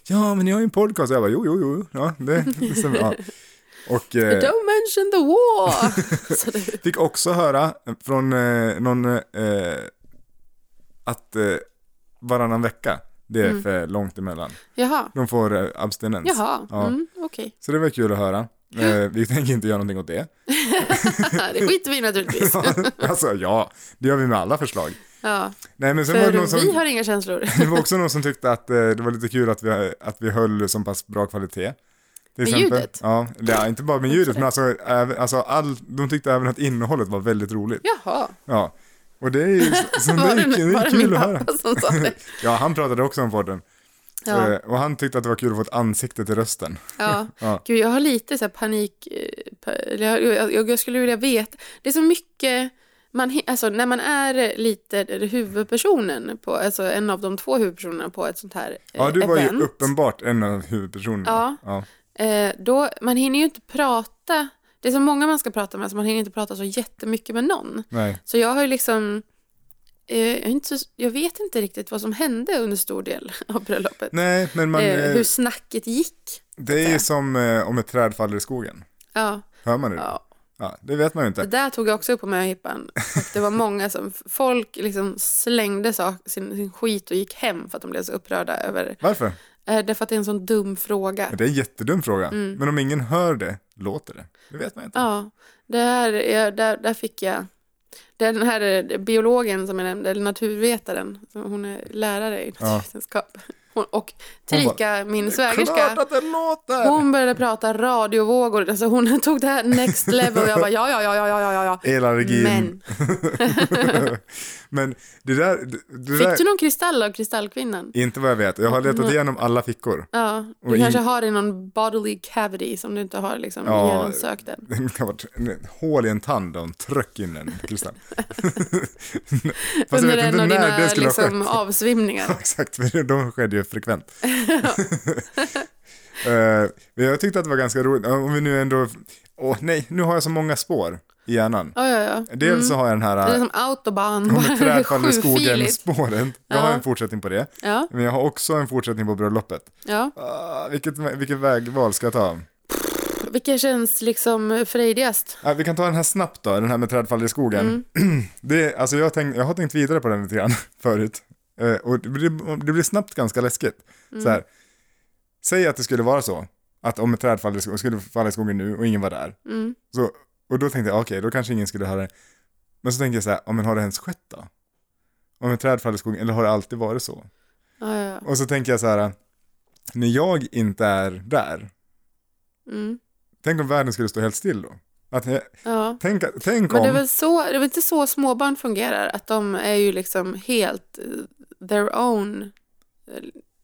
Speaker 1: ja men jag har ju en podcast. Jag bara, jo, jo, jo, ja, det, det stämmer. Ja. Och eh,
Speaker 2: Don't mention the war! så det,
Speaker 1: fick också höra från eh, någon eh, att eh, varannan vecka, det är för långt emellan.
Speaker 2: jaha,
Speaker 1: De får eh, abstinens.
Speaker 2: Mm. jaha,
Speaker 1: Ja.
Speaker 2: mm, okej.
Speaker 1: Så det var kul att höra. Eh, vi tänker inte göra någonting åt det.
Speaker 2: det skiter vi naturligtvis.
Speaker 1: alltså ja, det gör vi med alla förslag.
Speaker 2: Ja,
Speaker 1: Nej men sen var det någon
Speaker 2: för
Speaker 1: som,
Speaker 2: vi har inga känslor.
Speaker 1: det var också någon som tyckte att eh, det var lite kul att vi, att vi höll så pass bra kvalitet. Till
Speaker 2: Med ljudet?
Speaker 1: Ja, det, ja, inte bara med ljudet men alltså, även, alltså all, de tyckte även att innehållet var väldigt roligt.
Speaker 2: Jaha,
Speaker 1: Ja. Och det är ju så, så det
Speaker 2: var
Speaker 1: är,
Speaker 2: det,
Speaker 1: det
Speaker 2: var
Speaker 1: är
Speaker 2: det min
Speaker 1: kul att höra.
Speaker 2: pappa som sa det?
Speaker 1: Ja, han pratade också om podden.
Speaker 2: Ja.
Speaker 1: Eh, och han tyckte att det var kul att få ett ansikte till rösten.
Speaker 2: Ja.
Speaker 1: Ja.
Speaker 2: Gud, jag har lite så här panik. eh, pa- eller Jag, jag- jag, jag skulle vilja veta. Det är så mycket. Man, hi- alltså, när man är lite huvudpersonen, på, alltså en av de två huvudpersonerna på ett sånt här eh,
Speaker 1: Ja, du var ju
Speaker 2: event,
Speaker 1: uppenbart en av huvudpersonerna.
Speaker 2: Ja.
Speaker 1: ja.
Speaker 2: eh, då, man hinner ju inte prata. Det är så många man ska prata med, så man hinner inte prata så jättemycket med någon.
Speaker 1: Nej.
Speaker 2: Så jag har ju liksom, eh, jag, är inte så, jag vet inte riktigt vad som hände under stor del av bröllopet.
Speaker 1: Nej, men man,
Speaker 2: eh,
Speaker 1: eh,
Speaker 2: hur snacket gick.
Speaker 1: det är ju som eh, om ett träd faller i skogen.
Speaker 2: Ja,
Speaker 1: Hör man det? Ja.
Speaker 2: ja.
Speaker 1: det vet man ju
Speaker 2: Det
Speaker 1: inte.
Speaker 2: där tog jag också upp på möhippan. Och det var många som, folk liksom slängde sak, sin, sin skit och gick hem för att de blev så upprörda över,
Speaker 1: Varför?
Speaker 2: eh, därför att det är en sån dum fråga.
Speaker 1: Det är en jättedum fråga. Men om ingen hör det, låter det? Det vet man inte.
Speaker 2: Mm. Ja, det här, är- där, där fick jag, den här eh, biologen som jag nämnde, eller naturvetaren, som- hon är lärare i naturvetenskap. Hon, och Trika, min
Speaker 1: Klart
Speaker 2: svägerska,
Speaker 1: att det låter!
Speaker 2: hon började prata radiovågor, alltså hon tog det här next level och jag bara ja, ja, ja, ja, ja, ja, ja.
Speaker 1: Elallergin.
Speaker 2: Men,
Speaker 1: Men det där... Det, det där
Speaker 2: fick Mm. du någon kristall av Kristallkvinnan?
Speaker 1: Inte vad jag vet. Jag har letat igenom alla fickor.
Speaker 2: Ja, du
Speaker 1: Och in-
Speaker 2: kanske har det i någon bodily cavity som du inte har liksom
Speaker 1: Ja.
Speaker 2: genomsökt än.
Speaker 1: Det har varit ett hål i en tand och en tröck in en kristall. Fast jag
Speaker 2: Under
Speaker 1: vet
Speaker 2: en
Speaker 1: inte när
Speaker 2: av
Speaker 1: det
Speaker 2: dina
Speaker 1: skulle ha skett.
Speaker 2: liksom, avsvimningar.
Speaker 1: Exakt, för de skedde ju frekvent. Eh, Men jag tyckte att det var ganska roligt, om vi nu ändå, åh nej, nu har jag så många spår i hjärnan.
Speaker 2: Ja, ja, ja.
Speaker 1: Dels så har jag den
Speaker 2: Mm. Det är
Speaker 1: här,
Speaker 2: som autobahn.
Speaker 1: om ett träd faller i skogen,
Speaker 2: Sjufiligt.
Speaker 1: spåren. Jag
Speaker 2: Ja.
Speaker 1: har en fortsättning på det,
Speaker 2: Ja,
Speaker 1: men jag har också en fortsättning på bröllopet.
Speaker 2: ja.
Speaker 1: Ah, vilket, vilket vägval ska jag ta?
Speaker 2: Vilka känns liksom frejdigast?
Speaker 1: Ah, vi kan ta den här snabbt då, den här med träd faller i skogen.
Speaker 2: Mm.
Speaker 1: Det, är- alltså jag, tänk, jag har tänkt vidare på den lite grann förut. Eh, och det blir, det blir snabbt ganska läskigt. Så här, säg att det skulle vara så, att om ett träd faller i skogen, skulle falla i skogen nu och ingen var där.
Speaker 2: Mm.
Speaker 1: Så, och då tänkte jag, okej, då kanske ingen skulle höra det. Men så tänkte jag så här, ja, men har det ens skett då? Om ett träd faller i skogen, eller har det alltid varit så?
Speaker 2: Ja, ja, ja.
Speaker 1: Och så tänker jag så här, när jag inte är där,
Speaker 2: Mm.
Speaker 1: tänk om världen skulle stå helt still då? Att, jag-
Speaker 2: ja.
Speaker 1: tänk, tänk
Speaker 2: Men det är,
Speaker 1: om...
Speaker 2: väl så, det är väl inte så småbarn fungerar? Att de är ju liksom helt eh, their own. eh,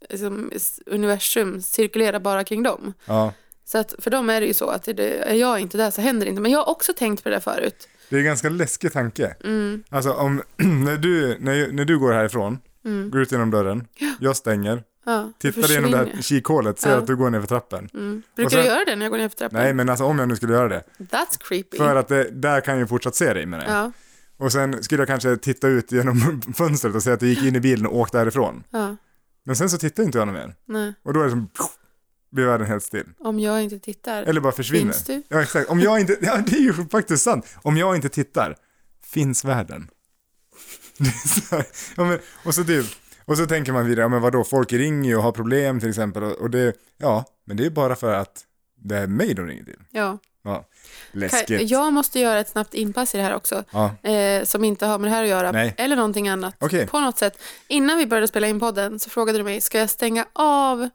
Speaker 2: Liksom, s- universum cirkulerar bara kring dem.
Speaker 1: Ja.
Speaker 2: Så att, för dem är det ju så att det, är jag inte där så händer det inte. Men jag har också tänkt på det där förut.
Speaker 1: Det är en ganska läskig tanke.
Speaker 2: Mm.
Speaker 1: Alltså om, när, du, när, när du går härifrån,
Speaker 2: Mm.
Speaker 1: går ut genom dörren, jag stänger,
Speaker 2: Ja, det
Speaker 1: tittar genom det här
Speaker 2: försvinner.
Speaker 1: kikhålet, ser
Speaker 2: Ja.
Speaker 1: att du går ner för trappen.
Speaker 2: Mm.
Speaker 1: Och
Speaker 2: Brukar
Speaker 1: sen-
Speaker 2: du göra det när jag går ner för trappan?
Speaker 1: Nej men alltså om jag nu skulle göra det,
Speaker 2: That's creepy.
Speaker 1: för att det, där kan jag ju fortsatt se dig med det.
Speaker 2: Ja,
Speaker 1: Och sen skulle jag kanske titta ut genom fönstret och se att du gick in i bilen och åkte därifrån.
Speaker 2: ja,
Speaker 1: Men sen så tittar inte jag någon mer.
Speaker 2: nej.
Speaker 1: Och då är det som, blir världen helt still.
Speaker 2: Om jag inte tittar.
Speaker 1: Eller bara försvinner.
Speaker 2: Finns du?
Speaker 1: Ja exakt, om jag inte, ja det är ju faktiskt sant. Om jag inte tittar, finns världen? Det är så här, ja, men, och så typ, och så tänker man vidare, ja men vadå, folk ringer ju och har problem till exempel och, och det, ja, men det är bara för att Det är mig de ringer till.
Speaker 2: Ja.
Speaker 1: Ja.
Speaker 2: Kan-
Speaker 1: Läskigt.
Speaker 2: Jag måste göra ett snabbt inpass i det här också.
Speaker 1: Ja.
Speaker 2: Eh, som inte har med det här att göra.
Speaker 1: Nej.
Speaker 2: Eller någonting annat.
Speaker 1: Okej.
Speaker 2: På något sätt. Innan vi började spela in podden så frågade du mig, ska jag stänga av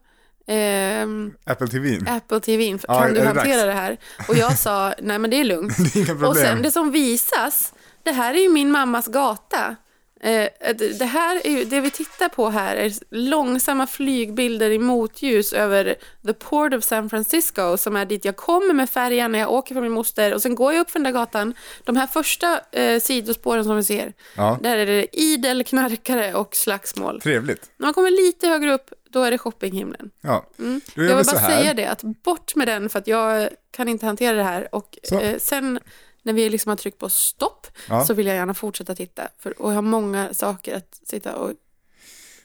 Speaker 2: ehm,
Speaker 1: Apple TV.
Speaker 2: Apple TV? in?
Speaker 1: Ja,
Speaker 2: Kan
Speaker 1: är
Speaker 2: du
Speaker 1: det
Speaker 2: hantera
Speaker 1: dags?
Speaker 2: det här? Och jag sa, nej men det är lugnt.
Speaker 1: Det är inga problem.
Speaker 2: Och sen det som visas, det här är ju min mammas gata. Eh, det- Det, här är ju, det vi tittar på här är långsamma flygbilder i motljus över the port of San Francisco som är dit jag kommer med färjan när jag åker från min moster och sen går jag upp för den där gatan. De här första eh, sidospåren som vi ser,
Speaker 1: Ja.
Speaker 2: där är det idel knarkare och slagsmål.
Speaker 1: Trevligt.
Speaker 2: När man kommer lite högre upp, då är det shoppinghimlen.
Speaker 1: Ja. Då gör
Speaker 2: Mm. Jag
Speaker 1: vi
Speaker 2: vill
Speaker 1: så
Speaker 2: bara
Speaker 1: här.
Speaker 2: säga det, att bort med den för att jag kan inte hantera det här. Och
Speaker 1: Så.
Speaker 2: eh, sen när vi liksom har tryckt på stopp
Speaker 1: Ja.
Speaker 2: så vill jag gärna fortsätta titta. För, och jag har många saker att sitta och...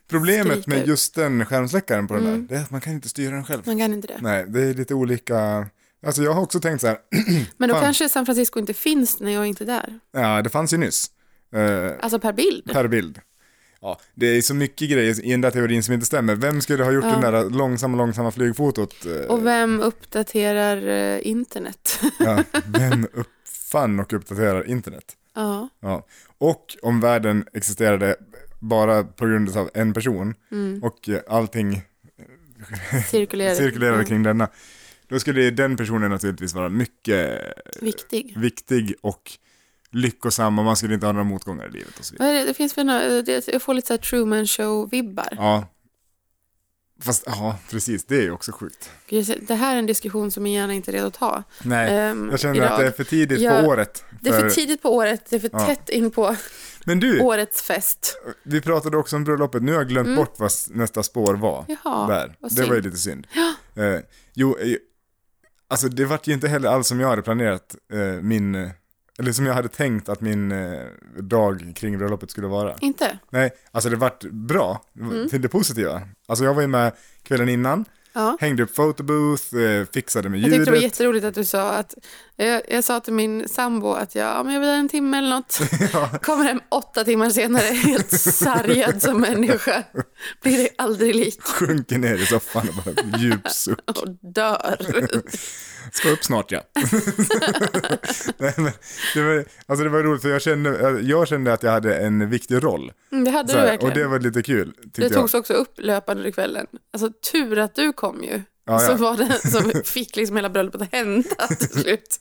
Speaker 1: Problemet
Speaker 2: skriker.
Speaker 1: med just den skärmsläckaren på den
Speaker 2: Mm.
Speaker 1: där, det är att man kan inte styra den själv.
Speaker 2: Man kan inte det.
Speaker 1: Nej, det är lite olika. Alltså jag har också tänkt så här,
Speaker 2: Men då
Speaker 1: Fan.
Speaker 2: kanske San Francisco inte finns när jag inte är där.
Speaker 1: ja, det fanns ju nyss. Eh,
Speaker 2: Alltså per bild.
Speaker 1: per bild. Ja, det är så mycket grejer i den där teorin som inte stämmer. Vem skulle ha gjort
Speaker 2: Ja.
Speaker 1: den där långsamma, långsamma flygfotot? Eh,
Speaker 2: Och vem uppdaterar eh, internet?
Speaker 1: ja, vem uppfann och uppdaterar internet?
Speaker 2: ja.
Speaker 1: Ja. Och om världen existerade bara på grund av en person och eh, allting
Speaker 2: mm. Cirkulerar.
Speaker 1: cirkulerade
Speaker 2: Ja.
Speaker 1: kring denna, då skulle ju den personen naturligtvis vara mycket
Speaker 2: Mm. Viktig.
Speaker 1: viktig och lyckosam och man skulle inte ha några motgångar i livet och så vidare.
Speaker 2: Vad är det, det finns väl några, det, jag får lite så här Truman Show-vibbar.
Speaker 1: Ja. Fast, ja, precis, det är ju också sjukt.
Speaker 2: Gud, Det här är en diskussion som min hjärna inte är redo att ta.
Speaker 1: Nej,
Speaker 2: Ehm,
Speaker 1: jag känner att
Speaker 2: idag.
Speaker 1: det är för tidigt
Speaker 2: Jag-
Speaker 1: på året.
Speaker 2: Det är för
Speaker 1: för-
Speaker 2: tidigt på året, det är för
Speaker 1: Ja.
Speaker 2: tätt in på
Speaker 1: Men du,
Speaker 2: årets fest.
Speaker 1: vi pratade också om bröllopet, nu har jag glömt bort vad s- nästa spår var.
Speaker 2: Jaha,
Speaker 1: där.
Speaker 2: Mm. vad
Speaker 1: Det var ju
Speaker 2: synd.
Speaker 1: lite synd. Eh, jo, eh, alltså det vart ju inte heller alls som jag hade planerat eh, min, eh, eller som jag hade tänkt att min eh, dag kring bröllopet skulle vara.
Speaker 2: Inte?
Speaker 1: Nej, alltså det vart bra,
Speaker 2: Mm.
Speaker 1: till det positiva. Alltså jag var ju med kvällen innan,
Speaker 2: Ja.
Speaker 1: hängde upp photobooth, eh, fixade med
Speaker 2: Jag tyckte
Speaker 1: ljudet.
Speaker 2: det var jätteroligt att du sa att, jag, jag sa till min sambo att jag, ja, men jag vill ha en timme eller något. Kommer hem åtta timmar senare helt sargad som människa. Blir det aldrig lik
Speaker 1: Sjunker ner i soffan och bara djupsuck.
Speaker 2: och dör.
Speaker 1: Ska upp snart ja. Nej, men, det, var, alltså det var roligt för jag kände, jag kände att jag hade en viktig roll.
Speaker 2: Mm, Det hade
Speaker 1: Så
Speaker 2: du
Speaker 1: här, och
Speaker 2: verkligen.
Speaker 1: det
Speaker 2: Det,
Speaker 1: var lite kul. Tyckte jag.
Speaker 2: togs också upp löpande under kvällen. Alltså tur att du kom ju.
Speaker 1: Ja,
Speaker 2: Så
Speaker 1: ja.
Speaker 2: var det som fick liksom hela bröllopet att hända till slut.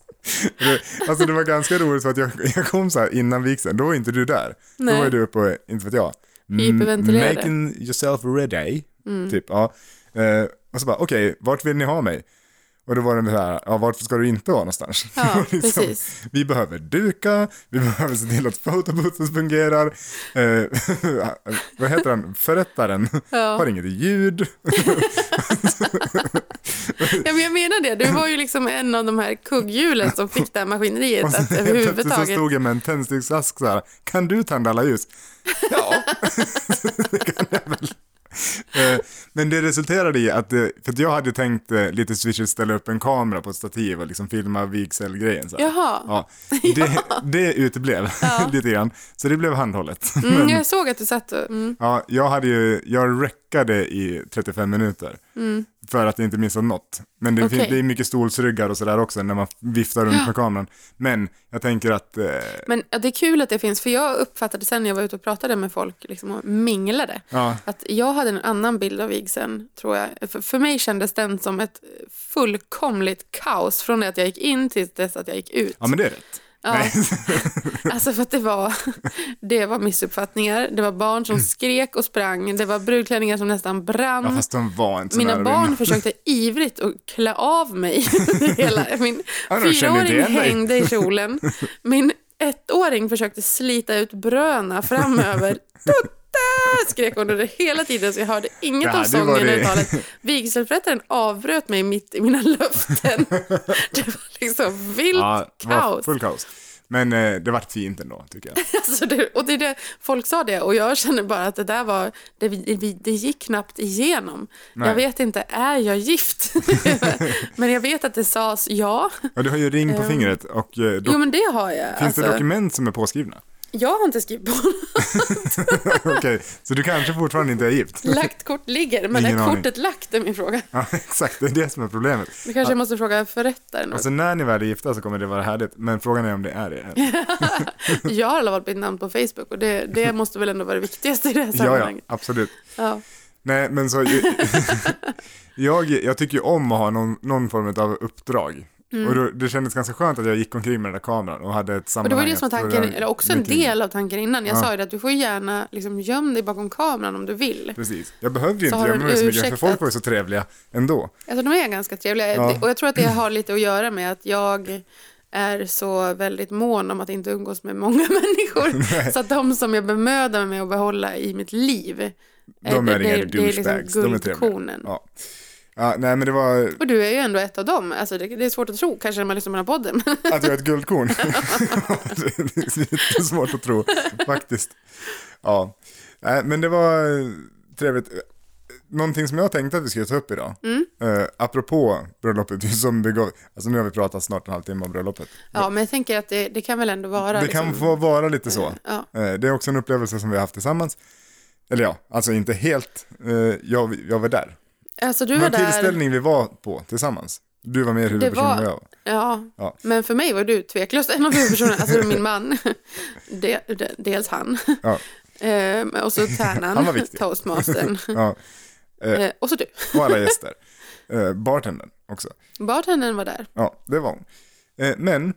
Speaker 1: Det, alltså det var ganska roligt för att jag, jag kom så här innan vigseln, då var inte du där. Då
Speaker 2: Nej.
Speaker 1: var ju du uppe och, inte vet jag, m-
Speaker 2: Hyperventilerade. Mm.
Speaker 1: making yourself ready, typ. Ja. Eh, och så bara, okej, vart vill ni ha mig? Och då var det så här, ja, vart ska du inte vara någonstans? Det
Speaker 2: Ja,
Speaker 1: var liksom,
Speaker 2: precis.
Speaker 1: Vi behöver duka, vi behöver se till att fotoboten fungerar. Eh, vad heter han, förrättaren
Speaker 2: Ja.
Speaker 1: har inget ljud.
Speaker 2: Ja, men jag menar det. Du var ju liksom en av de här kugghjulen som fick det här maskineriet
Speaker 1: Och sen
Speaker 2: att
Speaker 1: helt plötsligt så
Speaker 2: överhuvudtaget...
Speaker 1: stod jag med en tändsticksask så här, kan du tända alla ljus? Ja, det kan jag väl. Eh, Men det resulterade i att, eh, för att jag hade tänkt eh, lite swishigt ställa upp en kamera på ett stativ och liksom filma vigselgrejen. Så här.
Speaker 2: Jaha.
Speaker 1: Ja, det, det uteblev lite grann, så det blev handhållet.
Speaker 2: Mm, jag såg att du satt och... Mm.
Speaker 1: Ja, jag hade ju, jag räckade i 35 minuter för att inte missa något. Men det,
Speaker 2: Okej.
Speaker 1: fin- det är mycket stolsryggar och sådär också när man viftar runt med kameran. Men jag tänker att, eh,
Speaker 2: Men ja, det är kul att det finns, för jag uppfattade sen när jag var ute och pratade med folk liksom, och minglade,
Speaker 1: ja,
Speaker 2: att jag hade en annan bild av vigseln, tror jag. För, för mig kändes den som ett fullkomligt kaos från det att jag gick in till dess att jag gick ut.
Speaker 1: ja men det är rätt.
Speaker 2: Ja.
Speaker 1: Nej.
Speaker 2: Alltså för att det var, det var missuppfattningar, det var barn som skrek och sprang, det var brudklänningar som nästan brann.
Speaker 1: Mm. Ja, fast de var inte så
Speaker 2: Mm. Mina
Speaker 1: nära
Speaker 2: barn
Speaker 1: varandra.
Speaker 2: försökte ivrigt att klä av mig. Hela, min
Speaker 1: Ja, de kände
Speaker 2: fyraåring
Speaker 1: igen dig.
Speaker 2: hängde i kjolen. Min ettåring försökte slita ut bröna framöver. Tutta! skrek hon under hela tiden så jag hörde inget
Speaker 1: Det
Speaker 2: av
Speaker 1: hade ju
Speaker 2: sången eller
Speaker 1: varit-
Speaker 2: talet. Vigselförrättaren avbröt mig mitt i mina löften. Det var liksom vilt
Speaker 1: Ja, det var
Speaker 2: kaos.
Speaker 1: Full kaos. Men eh, det vart fint ändå tycker jag.
Speaker 2: Alltså det, och det är det, folk sa det och jag känner bara att det där var, det, vi- det gick knappt igenom.
Speaker 1: Nej.
Speaker 2: Jag vet inte, är jag gift? men jag vet att det sades ja.
Speaker 1: Och du har ju ring på fingret och eh, do-
Speaker 2: Jo men det har jag.
Speaker 1: finns
Speaker 2: alltså,
Speaker 1: det dokument som är påskrivna?
Speaker 2: Jag har inte skrivit på honom.
Speaker 1: Okej, så du kanske fortfarande inte är gift?
Speaker 2: Lagt kort ligger, men
Speaker 1: Ingen
Speaker 2: är
Speaker 1: aning.
Speaker 2: kortet lagt är min fråga.
Speaker 1: Ja, exakt. Det är det som är problemet.
Speaker 2: Du kanske jag måste fråga förrättaren.
Speaker 1: Alltså när ni väl är gifta så kommer det vara härligt, men frågan är om det är det.
Speaker 2: Jag har i alla fall bytt namn på Facebook och det, det måste väl ändå vara det viktigaste i det här
Speaker 1: Ja, ja,
Speaker 2: sammanhanget.
Speaker 1: absolut.
Speaker 2: Ja.
Speaker 1: Nej, men så... jag, jag tycker ju om att ha någon, någon form av uppdrag. Och då, det kändes ganska skönt att jag gick omkring med den där kameran och hade ett
Speaker 2: Mm. Och det
Speaker 1: sammanhang.
Speaker 2: var ju det som var
Speaker 1: att
Speaker 2: tanken,
Speaker 1: röra
Speaker 2: eller också en
Speaker 1: mig kring.
Speaker 2: del av tanken innan. Jag
Speaker 1: Ja.
Speaker 2: sa ju det att du får ju gärna liksom gömma dig bakom kameran om du vill.
Speaker 1: Precis. Jag behövde ju inte
Speaker 2: Så har du
Speaker 1: gömma mig så mycket, för
Speaker 2: ursäktat.
Speaker 1: folk var ju så trevliga ändå.
Speaker 2: Alltså de är ganska trevliga
Speaker 1: Ja.
Speaker 2: och jag tror att det har lite att göra med att jag är så väldigt mån om att inte umgås med många människor. så att de som jag bemödar mig att behålla i mitt liv, eh,
Speaker 1: De är inga
Speaker 2: det är liksom
Speaker 1: douchebags, de är trevliga.
Speaker 2: guldkornen.
Speaker 1: Ja. Ja, nej men det var
Speaker 2: Och du är ju ändå ett av dem. Alltså det, det är svårt att tro kanske när man lyssnar på den här podden.
Speaker 1: att jag är ett guldkorn. det är lite svårt att tro faktiskt. Ja, nej, men det var eh, trevligt. Någonting som jag tänkte att vi skulle ta upp idag,
Speaker 2: Mm.
Speaker 1: eh, apropå bröllopet, som begav, alltså nu har vi pratat snart en halvtimme om bröllopet.
Speaker 2: ja, men jag tänker att det, det kan väl ändå vara... liksom-
Speaker 1: Det kan få vara lite så.
Speaker 2: Ja.
Speaker 1: Eh, Det är också en upplevelse som vi har haft tillsammans. Eller ja, alltså inte helt, eh, jag, jag var där.
Speaker 2: Alltså du
Speaker 1: Det
Speaker 2: var
Speaker 1: var en
Speaker 2: där.
Speaker 1: tillställning vi var på tillsammans. Du var mer huvudperson
Speaker 2: var-
Speaker 1: än jag var.
Speaker 2: Ja.
Speaker 1: Ja.
Speaker 2: men för mig var du tveklöst en av huvudpersonerna. Alltså min man, de, de, dels han,
Speaker 1: Ja.
Speaker 2: ehm, och så
Speaker 1: Han
Speaker 2: tärnan,
Speaker 1: var viktig.
Speaker 2: toastmastern,
Speaker 1: Ja,
Speaker 2: eh, och så du.
Speaker 1: och alla gäster. Eh, Bartendern också.
Speaker 2: Bartendern var där.
Speaker 1: Ja, det var hon. Eh, Men,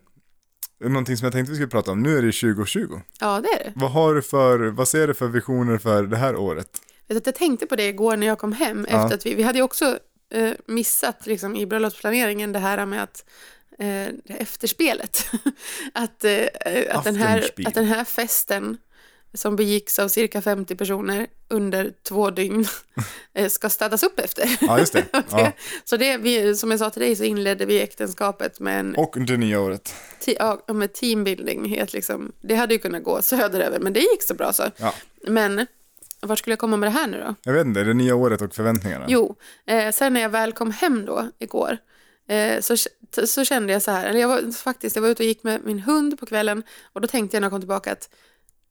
Speaker 1: någonting som jag tänkte vi skulle prata om, nu är det 2020.
Speaker 2: Ja, det är det.
Speaker 1: Vad har du för, vad ser du för visioner för det här året?
Speaker 2: Vet du att Jag tänkte på det igår när jag kom hem.
Speaker 1: Ja.
Speaker 2: Efter att vi, vi hade ju också eh, missat liksom, i bröllopsplaneringen det här med att eh, det efterspelet. att, eh, att, den här,
Speaker 1: Aftenspiel.
Speaker 2: att den här festen som begicks av cirka 50 personer under två dygn eh, ska städas upp efter.
Speaker 1: Ja, just det.
Speaker 2: Och
Speaker 1: Ja.
Speaker 2: det Så det, vi, som jag sa till dig så inledde vi äktenskapet med en
Speaker 1: Och det nya året.
Speaker 2: Te- ja, med teambuilding, helt liksom. det hade ju kunnat gå söderöver, men det gick så bra så.
Speaker 1: Ja.
Speaker 2: Men vart skulle jag komma med det här nu då?
Speaker 1: Jag vet inte, det nya året och förväntningarna.
Speaker 2: Jo, eh, sen när jag väl kom hem då igår eh, så, k- så kände jag så här, eller jag var faktiskt, jag var ute och gick med min hund på kvällen och då tänkte jag när jag kom tillbaka att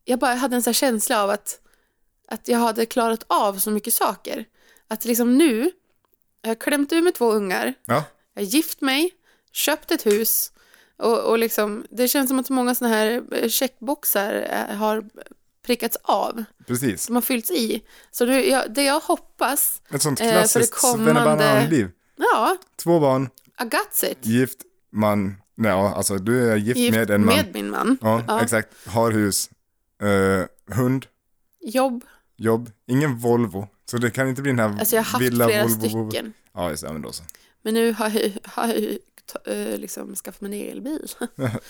Speaker 2: jag bara hade en sån här känsla av att, att jag hade klarat av så mycket saker. Att liksom nu, jag har klämt ur med två ungar,
Speaker 1: Ja,
Speaker 2: jag har gift mig, köpt ett hus och, och liksom, det känns som att så många sådana här eh, checkboxar eh, har prickats av,
Speaker 1: precis.
Speaker 2: som har fyllts i. Så det jag, det jag hoppas,
Speaker 1: Ett sånt
Speaker 2: Eh, för det
Speaker 1: klassiskt
Speaker 2: kommande-
Speaker 1: svennebananliv.
Speaker 2: ja,
Speaker 1: Två barn,
Speaker 2: I got it.
Speaker 1: gift man, nej ja, alltså du är gift,
Speaker 2: Gift
Speaker 1: med en man.
Speaker 2: min man.
Speaker 1: Ja,
Speaker 2: Ja.
Speaker 1: exakt. Har hus, eh, hund,
Speaker 2: Jobb,
Speaker 1: jobb, ingen Volvo. Så det kan inte bli den här
Speaker 2: alltså jag har haft
Speaker 1: villa
Speaker 2: flera
Speaker 1: Volvo. Volvo.
Speaker 2: stycken.
Speaker 1: Ja, just det, ja, men då så.
Speaker 2: Men nu har jag, har jag ta- eh, liksom skaffat mig en elbil.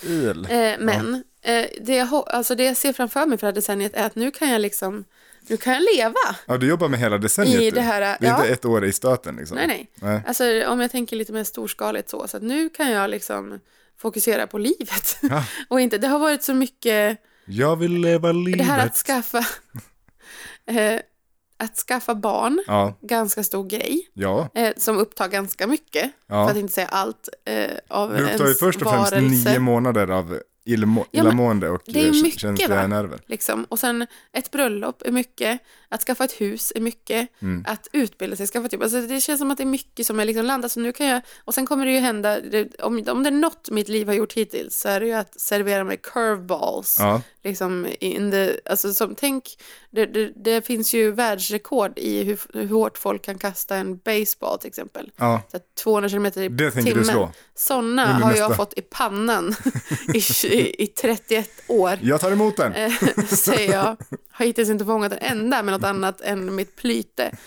Speaker 1: El.
Speaker 2: Eh, men eh, det, jag, ho- alltså det jag ser framför mig för det här decenniet är att nu kan jag liksom, nu kan jag leva.
Speaker 1: Ja, du jobbar med hela decenniet.
Speaker 2: I
Speaker 1: du.
Speaker 2: det här,
Speaker 1: det är
Speaker 2: ja.
Speaker 1: inte ett år i stöten liksom.
Speaker 2: Nej, nej.
Speaker 1: Nej.
Speaker 2: Alltså om jag tänker lite mer storskaligt så, så att nu kan jag liksom fokusera på livet.
Speaker 1: Ja.
Speaker 2: och inte, det har varit så mycket,
Speaker 1: Jag vill leva livet.
Speaker 2: det här att skaffa, eh, att skaffa barn,
Speaker 1: Ja,
Speaker 2: ganska stor grej,
Speaker 1: ja.
Speaker 2: eh, som upptar ganska mycket, för
Speaker 1: ja.
Speaker 2: att inte säga allt eh, av
Speaker 1: Du upptar ju
Speaker 2: ens
Speaker 1: först och främst
Speaker 2: varelse.
Speaker 1: nio månader av illmo-
Speaker 2: Ja, men
Speaker 1: illamående och
Speaker 2: det är ju
Speaker 1: eh,
Speaker 2: mycket,
Speaker 1: känsliga
Speaker 2: va?
Speaker 1: nerver.
Speaker 2: Liksom. Och sen ett bröllop är mycket, att skaffa ett hus är mycket,
Speaker 1: Mm.
Speaker 2: att utbilda sig, skaffa ett jobb. Alltså, det känns som att det är mycket som är liksom landat. Så nu kan jag, och sen kommer det ju hända, det, om, om det är något mitt liv har gjort hittills så är det ju att servera mig curveballs.
Speaker 1: Ja,
Speaker 2: Liksom in the, alltså som, tänk, det, det, det finns ju världsrekord i hur, hur hårt folk kan kasta en baseball till exempel.
Speaker 1: ja.
Speaker 2: Så att 200 km i timmen.
Speaker 1: Det tänker du slå.
Speaker 2: Sådana
Speaker 1: Under
Speaker 2: har jag
Speaker 1: nästa.
Speaker 2: fått i pannan i, i, i 31 år.
Speaker 1: Jag tar emot den.
Speaker 2: Eh, säger jag. Har hittills inte fångat en enda med något annat än mitt plyte.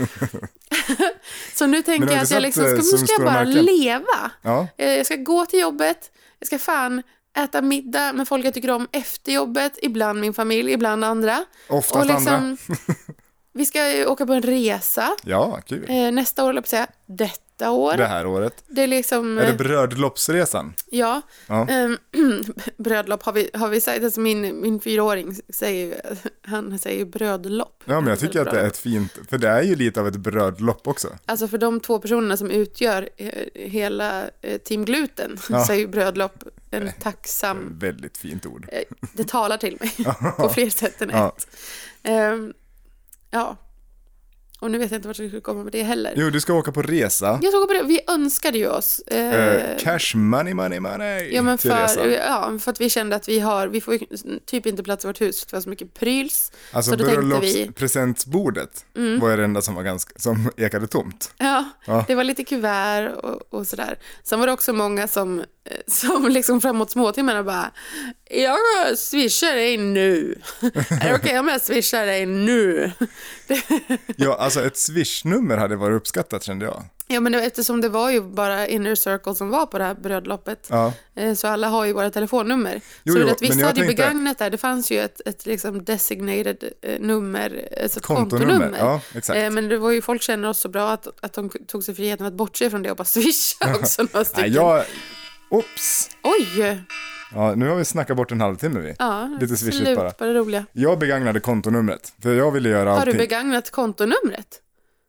Speaker 2: så
Speaker 1: Men
Speaker 2: nu
Speaker 1: det
Speaker 2: tänker
Speaker 1: var
Speaker 2: jag att jag
Speaker 1: intressant,
Speaker 2: liksom ska,
Speaker 1: eh,
Speaker 2: nu
Speaker 1: som
Speaker 2: ska jag
Speaker 1: Stora
Speaker 2: bara
Speaker 1: Marken.
Speaker 2: leva.
Speaker 1: Ja,
Speaker 2: Eh, Jag ska gå till jobbet, jag ska fan äta middag med folk jag tycker om efter jobbet, ibland min familj, ibland andra.
Speaker 1: oftast
Speaker 2: Och liksom,
Speaker 1: andra.
Speaker 2: vi ska ju åka på en resa
Speaker 1: Ja, kul.
Speaker 2: eh, nästa år, eller på att säga, detta år.
Speaker 1: Det här året.
Speaker 2: Det är liksom...
Speaker 1: Är
Speaker 2: eh,
Speaker 1: det brödloppsresan?
Speaker 2: Ja.
Speaker 1: Ja.
Speaker 2: Ehm, brödlopp har vi, har vi sagt. Alltså min, min fyraåring säger ju, han säger ju brödlopp.
Speaker 1: Ja, men jag tycker att det är ett fint, för det är ju lite av ett brödlopp också.
Speaker 2: Alltså för de två personerna som utgör eh, hela eh, Team Gluten
Speaker 1: Ja.
Speaker 2: så är ju brödlopp en tacksam...
Speaker 1: Väldigt fint ord.
Speaker 2: eh, Det talar till mig på fler sätt än
Speaker 1: Ja.
Speaker 2: ett. Ehm, ja. Och nu vet jag inte vart jag skulle komma med det heller.
Speaker 1: Jo, du ska åka på resa.
Speaker 2: Jag såg på det, vi önskade ju oss... eh,
Speaker 1: Eh, cash money money money
Speaker 2: Ja men
Speaker 1: till resan.
Speaker 2: för, ja, för att vi kände att vi har, vi får ju typ inte plats i vårt hus för att det var så mycket pryls.
Speaker 1: Alltså
Speaker 2: så då tänkte vi, Mm.
Speaker 1: bröllopspresentbordet var ju det enda som, var ganska, som ekade tomt.
Speaker 2: ja,
Speaker 1: Ja.
Speaker 2: det var lite kuvert och, och sådär. Sen var det också många som, eh, som liksom framåt småtimmarna bara, jag swishar dig nu. är det okej om jag swishar dig nu?
Speaker 1: Ja, alltså ett swishnummer hade varit uppskattat kände jag.
Speaker 2: ja men det var- eftersom det var ju bara inner circle som var på det här brödloppet.
Speaker 1: Ja,
Speaker 2: Eh, Så alla har ju våra telefonnummer.
Speaker 1: Jo,
Speaker 2: så
Speaker 1: jo,
Speaker 2: det att
Speaker 1: men
Speaker 2: vissa
Speaker 1: jag
Speaker 2: hade ju
Speaker 1: tänkte-
Speaker 2: begagnat det här. Det fanns ju ett, ett liksom designated eh, nummer, alltså ett
Speaker 1: kontonummer.
Speaker 2: kontonummer.
Speaker 1: Ja, exakt.
Speaker 2: Eh, Men det var ju, folk känner oss så bra att, att de tog sig friheten att bortse från det och bara swisha också några stycken.
Speaker 1: Nej, jag... Oops!
Speaker 2: Oj!
Speaker 1: Ja, nu har vi snackat bort en halvtimme vi.
Speaker 2: Ja,
Speaker 1: Lite swishigt
Speaker 2: slut
Speaker 1: bara.
Speaker 2: på det roliga.
Speaker 1: Jag begagnade kontonumret, för jag ville göra
Speaker 2: Har du
Speaker 1: allting.
Speaker 2: begagnat kontonumret?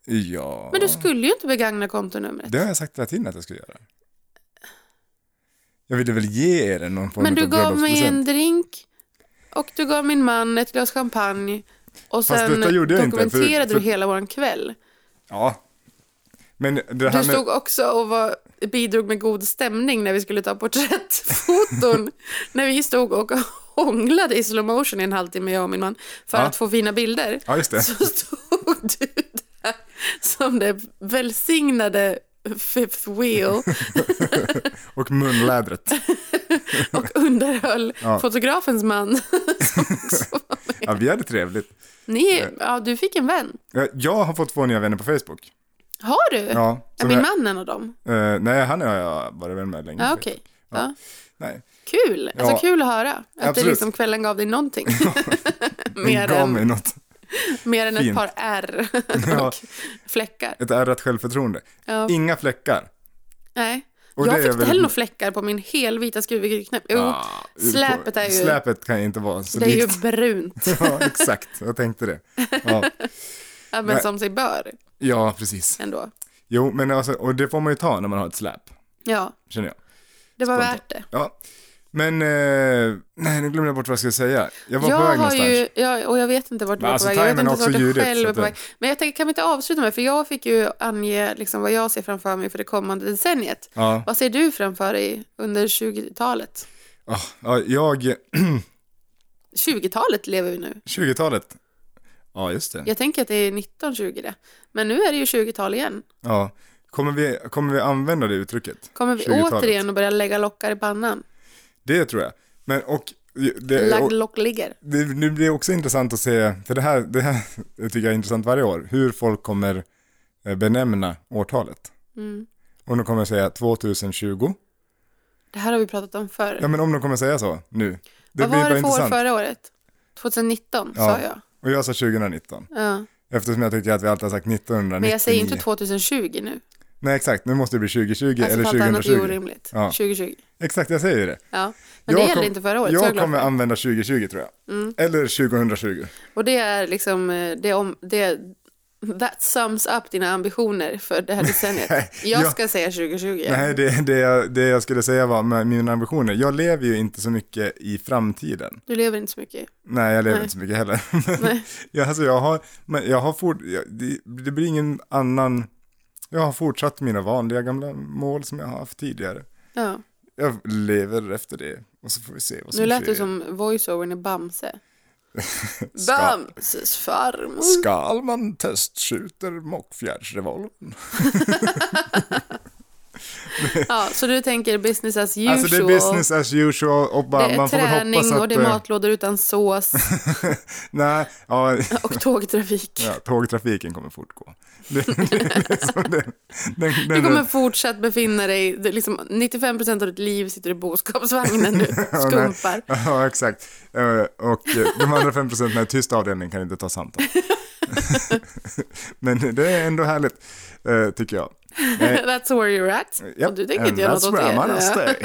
Speaker 1: Ja,
Speaker 2: Men du skulle ju inte begagna kontonumret.
Speaker 1: det har jag sagt hela tiden att jag skulle göra. Jag ville väl ge er någon form
Speaker 2: Men du
Speaker 1: av
Speaker 2: gav mig
Speaker 1: bröllopspresent.
Speaker 2: en drink och du gav min man ett glas champagne och
Speaker 1: Fast
Speaker 2: sen
Speaker 1: detta gjorde jag inte, för-
Speaker 2: dokumenterade
Speaker 1: för-
Speaker 2: du hela vår kväll.
Speaker 1: Ja. Men det här
Speaker 2: Du
Speaker 1: med...
Speaker 2: stod också och var, bidrog med god stämning när vi skulle ta porträttfoton. när vi stod och hånglade i slow motion i en halvtimme, jag och min man, för
Speaker 1: Ja.
Speaker 2: att få fina bilder.
Speaker 1: Ja, just det.
Speaker 2: Så stod du där som det välsignade fifth wheel
Speaker 1: Och munlädret.
Speaker 2: och underhöll
Speaker 1: Ja.
Speaker 2: fotografens man.
Speaker 1: Ja, vi hade trevligt.
Speaker 2: Ni, ja, du fick en vän.
Speaker 1: Ja, Jag har fått två nya vänner på Facebook.
Speaker 2: Har du?
Speaker 1: Ja,
Speaker 2: är
Speaker 1: som
Speaker 2: min
Speaker 1: jag-
Speaker 2: man en av dem?
Speaker 1: Eh, nej, han har jag varit vän med länge.
Speaker 2: Ja, okej. Ja.
Speaker 1: Nej.
Speaker 2: Kul! Alltså
Speaker 1: Ja.
Speaker 2: kul att höra. Att det
Speaker 1: Absolut.
Speaker 2: liksom kvällen gav dig någonting.
Speaker 1: Mer
Speaker 2: Mer
Speaker 1: gav
Speaker 2: än
Speaker 1: mig något.
Speaker 2: Mer än ett
Speaker 1: Fint.
Speaker 2: par R
Speaker 1: Ja.
Speaker 2: och fläckar.
Speaker 1: Ett ärrat självförtroende.
Speaker 2: Ja.
Speaker 1: Inga fläckar.
Speaker 2: Nej.
Speaker 1: Och det
Speaker 2: jag
Speaker 1: är
Speaker 2: fick inte
Speaker 1: väl-
Speaker 2: heller några fläckar på min helvita skruvigknäpp. Jo,
Speaker 1: Ah,
Speaker 2: släpet är ju...
Speaker 1: Släpet kan ju inte vara så
Speaker 2: Det är ju
Speaker 1: likt.
Speaker 2: brunt,
Speaker 1: ja, exakt. Jag tänkte det. Ja,
Speaker 2: ja, men
Speaker 1: Nej.
Speaker 2: som sig bör
Speaker 1: ja precis.
Speaker 2: ändå.
Speaker 1: Jo, men alltså, och det får man ju ta när man har ett släp,
Speaker 2: Ja,
Speaker 1: känner jag.
Speaker 2: det var
Speaker 1: Spontant.
Speaker 2: värt det.
Speaker 1: Ja. Men, eh, nej, nu glömde jag bort vad jag skulle säga. Jag var
Speaker 2: Jag
Speaker 1: på väg
Speaker 2: har
Speaker 1: någonstans.
Speaker 2: ju, ja, och jag vet inte vart du
Speaker 1: Men
Speaker 2: var
Speaker 1: alltså,
Speaker 2: på väg. Jag vet
Speaker 1: timern är
Speaker 2: inte
Speaker 1: också
Speaker 2: vart du
Speaker 1: ljudet,
Speaker 2: själv
Speaker 1: så
Speaker 2: var
Speaker 1: att
Speaker 2: på
Speaker 1: det-
Speaker 2: väg. Men jag tänker, kan vi inte avsluta med, för jag fick ju ange liksom vad jag ser framför mig för det kommande decenniet.
Speaker 1: Ja.
Speaker 2: Vad ser du framför dig under 20-talet?
Speaker 1: Ah, ja, jag,
Speaker 2: 20-talet lever vi nu.
Speaker 1: 20-talet. Ja, just det.
Speaker 2: Jag tänker att det är 1920 det. Men nu är det ju 20-tal igen.
Speaker 1: Ja. Kommer vi, kommer vi använda det uttrycket?
Speaker 2: Kommer vi
Speaker 1: 20-talet.
Speaker 2: återigen att börja lägga lockar i pannan?
Speaker 1: Det tror jag. Men och, det, Eh, och
Speaker 2: Lagd lock ligger.
Speaker 1: det, nu blir det också intressant att se, för det här, det här tycker jag är intressant varje år, hur folk kommer eh, benämna årtalet.
Speaker 2: Mm.
Speaker 1: Om de kommer säga 2020,
Speaker 2: Det här har vi pratat om förr.
Speaker 1: ja men om de kommer säga så nu. Det
Speaker 2: Vad
Speaker 1: blir bara
Speaker 2: var det för år
Speaker 1: intressant.
Speaker 2: förra året? 2019
Speaker 1: Ja.
Speaker 2: sa jag.
Speaker 1: Och jag sa 2019,
Speaker 2: Ja.
Speaker 1: eftersom jag tycker att vi alltid har sagt 1999.
Speaker 2: Men jag säger inte 2020 nu.
Speaker 1: Nej exakt, nu måste det bli 2020
Speaker 2: Alltså
Speaker 1: eller
Speaker 2: för att annat är
Speaker 1: 2020.
Speaker 2: orimligt.
Speaker 1: Ja.
Speaker 2: 2020.
Speaker 1: Exakt, jag säger ju det.
Speaker 2: Ja. Men
Speaker 1: jag
Speaker 2: det gällde
Speaker 1: kom-
Speaker 2: inte förra året. så
Speaker 1: Jag
Speaker 2: är glad
Speaker 1: kommer
Speaker 2: för.
Speaker 1: använda 2020 tror jag. Eller 2020.
Speaker 2: Och det är liksom, eh, det är om, det är, that sums up dina ambitioner för det här
Speaker 1: Nej,
Speaker 2: decenniet.
Speaker 1: jag-
Speaker 2: jag ska säga 2020.
Speaker 1: Nej, det, det, jag, det jag skulle säga var med mina ambitioner. Jag lever ju inte så mycket i framtiden.
Speaker 2: Du lever inte så mycket.
Speaker 1: Nej, jag lever inte så mycket heller. Men, jag, alltså, jag har, men jag har fort, jag, det, det blir ingen annan... Jag har fortsatt mina vanliga gamla mål som jag har haft tidigare.
Speaker 2: Ja.
Speaker 1: Jag lever efter det och så får vi se vad som
Speaker 2: Nu lät
Speaker 1: sker.
Speaker 2: du som voiceovern i Bamse.
Speaker 1: Ska-
Speaker 2: Bamses farmor.
Speaker 1: Skalman testskjuter mockfjärdsrevolven.
Speaker 2: Ja, så du tänker business as usual.
Speaker 1: Alltså det är business as usual och bara,
Speaker 2: Det är
Speaker 1: man får väl
Speaker 2: träning
Speaker 1: hoppas att...
Speaker 2: och det är
Speaker 1: eh,
Speaker 2: matlådor utan sås
Speaker 1: Nej, ja,
Speaker 2: och tågtrafik.
Speaker 1: Ja, tågtrafiken kommer fortgå. Det, det, det, är så det, den, den,
Speaker 2: Du kommer fortsatt befinna dig, det är liksom 95% av ditt liv sitter i boskapsvagnen nu, skumpar.
Speaker 1: Ja, exakt. Eh, Och eh, de andra fem procenten är tyst avdelning kan inte ta samtal. Men det är ändå härligt, eh, tycker jag.
Speaker 2: That's where you're at.
Speaker 1: Japp,
Speaker 2: Och du tänker
Speaker 1: and
Speaker 2: inte göra något
Speaker 1: that's
Speaker 2: åt
Speaker 1: where
Speaker 2: det.
Speaker 1: I'm gonna
Speaker 2: Ja,
Speaker 1: stay.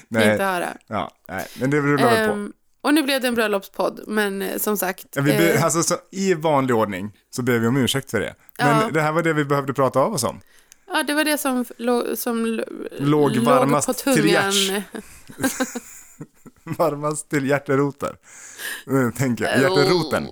Speaker 2: Inte
Speaker 1: nej,
Speaker 2: höra.
Speaker 1: ja, nej, men det rullar väl på.
Speaker 2: Ehm, och nu blev det en bröllopspodd, men eh, som sagt.
Speaker 1: Ja, Vi be,
Speaker 2: eh,
Speaker 1: alltså, så, I vanlig ordning så ber vi om ursäkt för det. Men
Speaker 2: Ja.
Speaker 1: det här var det vi behövde prata av oss om.
Speaker 2: Ja, det var det som, lo, som lo-
Speaker 1: Låg varmast
Speaker 2: på
Speaker 1: till
Speaker 2: tungan.
Speaker 1: hjärts. Varmast till hjärteroten. Eh, Tänker
Speaker 2: Oh.
Speaker 1: jag. Hjärteroten.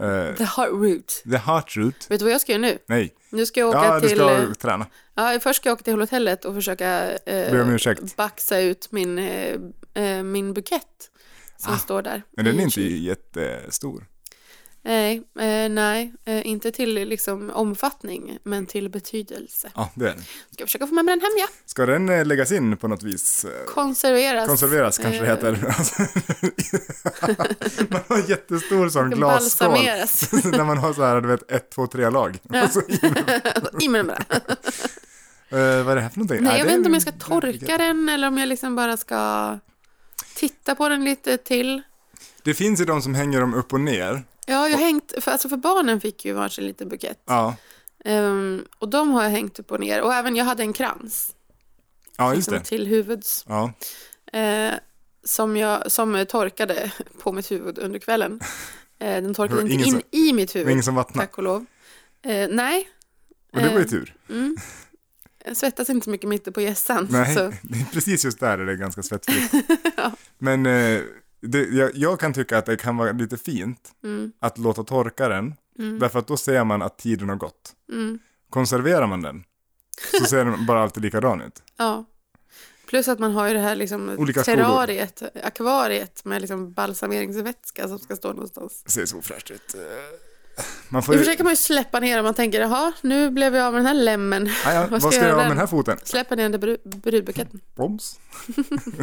Speaker 1: Eh,
Speaker 2: The heart root.
Speaker 1: the heart root.
Speaker 2: Vet du vad jag ska göra nu?
Speaker 1: Nej.
Speaker 2: Nu ska jag åka
Speaker 1: Ja, du
Speaker 2: till... eh,
Speaker 1: ska träna.
Speaker 2: Ja, först ska jag åka till hotellet och försöka eh,
Speaker 1: Be om ursäkt.
Speaker 2: baxa ut min, eh, eh, min bukett som står där.
Speaker 1: Ah, Men den är
Speaker 2: I-
Speaker 1: inte jättestor.
Speaker 2: Nej, eh, nej eh, inte till liksom, omfattning, men till betydelse.
Speaker 1: Ja, det är den.
Speaker 2: Ska jag försöka få med mig den hem, ja.
Speaker 1: Ska den eh, läggas in på något vis? Eh,
Speaker 2: Konserveras.
Speaker 1: Konserveras kanske det
Speaker 2: Eh,
Speaker 1: heter. Alltså, man har en jättestor sån glasskål.
Speaker 2: Balsameras.
Speaker 1: När man har så här, du vet, ett, två, tre lag. Och så, eh,
Speaker 2: I med den bara.
Speaker 1: vad är det här för någonting?
Speaker 2: Nej, jag
Speaker 1: det
Speaker 2: vet
Speaker 1: är-
Speaker 2: inte om jag ska torka den eller om jag liksom bara ska titta på den lite till.
Speaker 1: Det finns ju de som hänger dem upp och ner.
Speaker 2: Ja, jag har hängt, för, alltså för barnen fick ju varsin liten bukett.
Speaker 1: Ja,
Speaker 2: Ehm, och de har jag hängt upp och ner. Och även jag hade en krans.
Speaker 1: ja just
Speaker 2: Liksom,
Speaker 1: det.
Speaker 2: till huvuds.
Speaker 1: Ja.
Speaker 2: Eh, som, jag, som eh, torkade på mitt huvud under kvällen. Eh, den
Speaker 1: Det
Speaker 2: torkade
Speaker 1: var
Speaker 2: inte
Speaker 1: ingen
Speaker 2: in i mitt
Speaker 1: Det var ingen
Speaker 2: huvud,
Speaker 1: som vattnade.
Speaker 2: tack och lov. Eh, nej,
Speaker 1: Och det var ju tur.
Speaker 2: mm. jag svettas inte så mycket mitt på hjässan.
Speaker 1: Nej,
Speaker 2: Så,
Speaker 1: det är precis just där är det ganska svettfritt. Men eh, det, jag, jag kan tycka att det kan vara lite fint
Speaker 2: mm,
Speaker 1: att låta torka den,
Speaker 2: Mm.
Speaker 1: därför att då ser man att tiden har gått.
Speaker 2: mm,
Speaker 1: Konserverar man den så ser den bara alltid likadan ut.
Speaker 2: ja. Plus att man har ju det här liksom
Speaker 1: Olika skolor.
Speaker 2: terrariet, akvariet med liksom balsameringsvätska som ska stå någonstans.
Speaker 1: Ser så fräscht ut. Eh, Man får
Speaker 2: Nu
Speaker 1: ju,
Speaker 2: försöker man ju släppa ner om man tänker, jaha, nu blev jag av med den här lämmen.
Speaker 1: Ah, ja, vad ska jag göra med den här foten?
Speaker 2: Släppa ner den där bru- brudbuketten.
Speaker 1: Broms.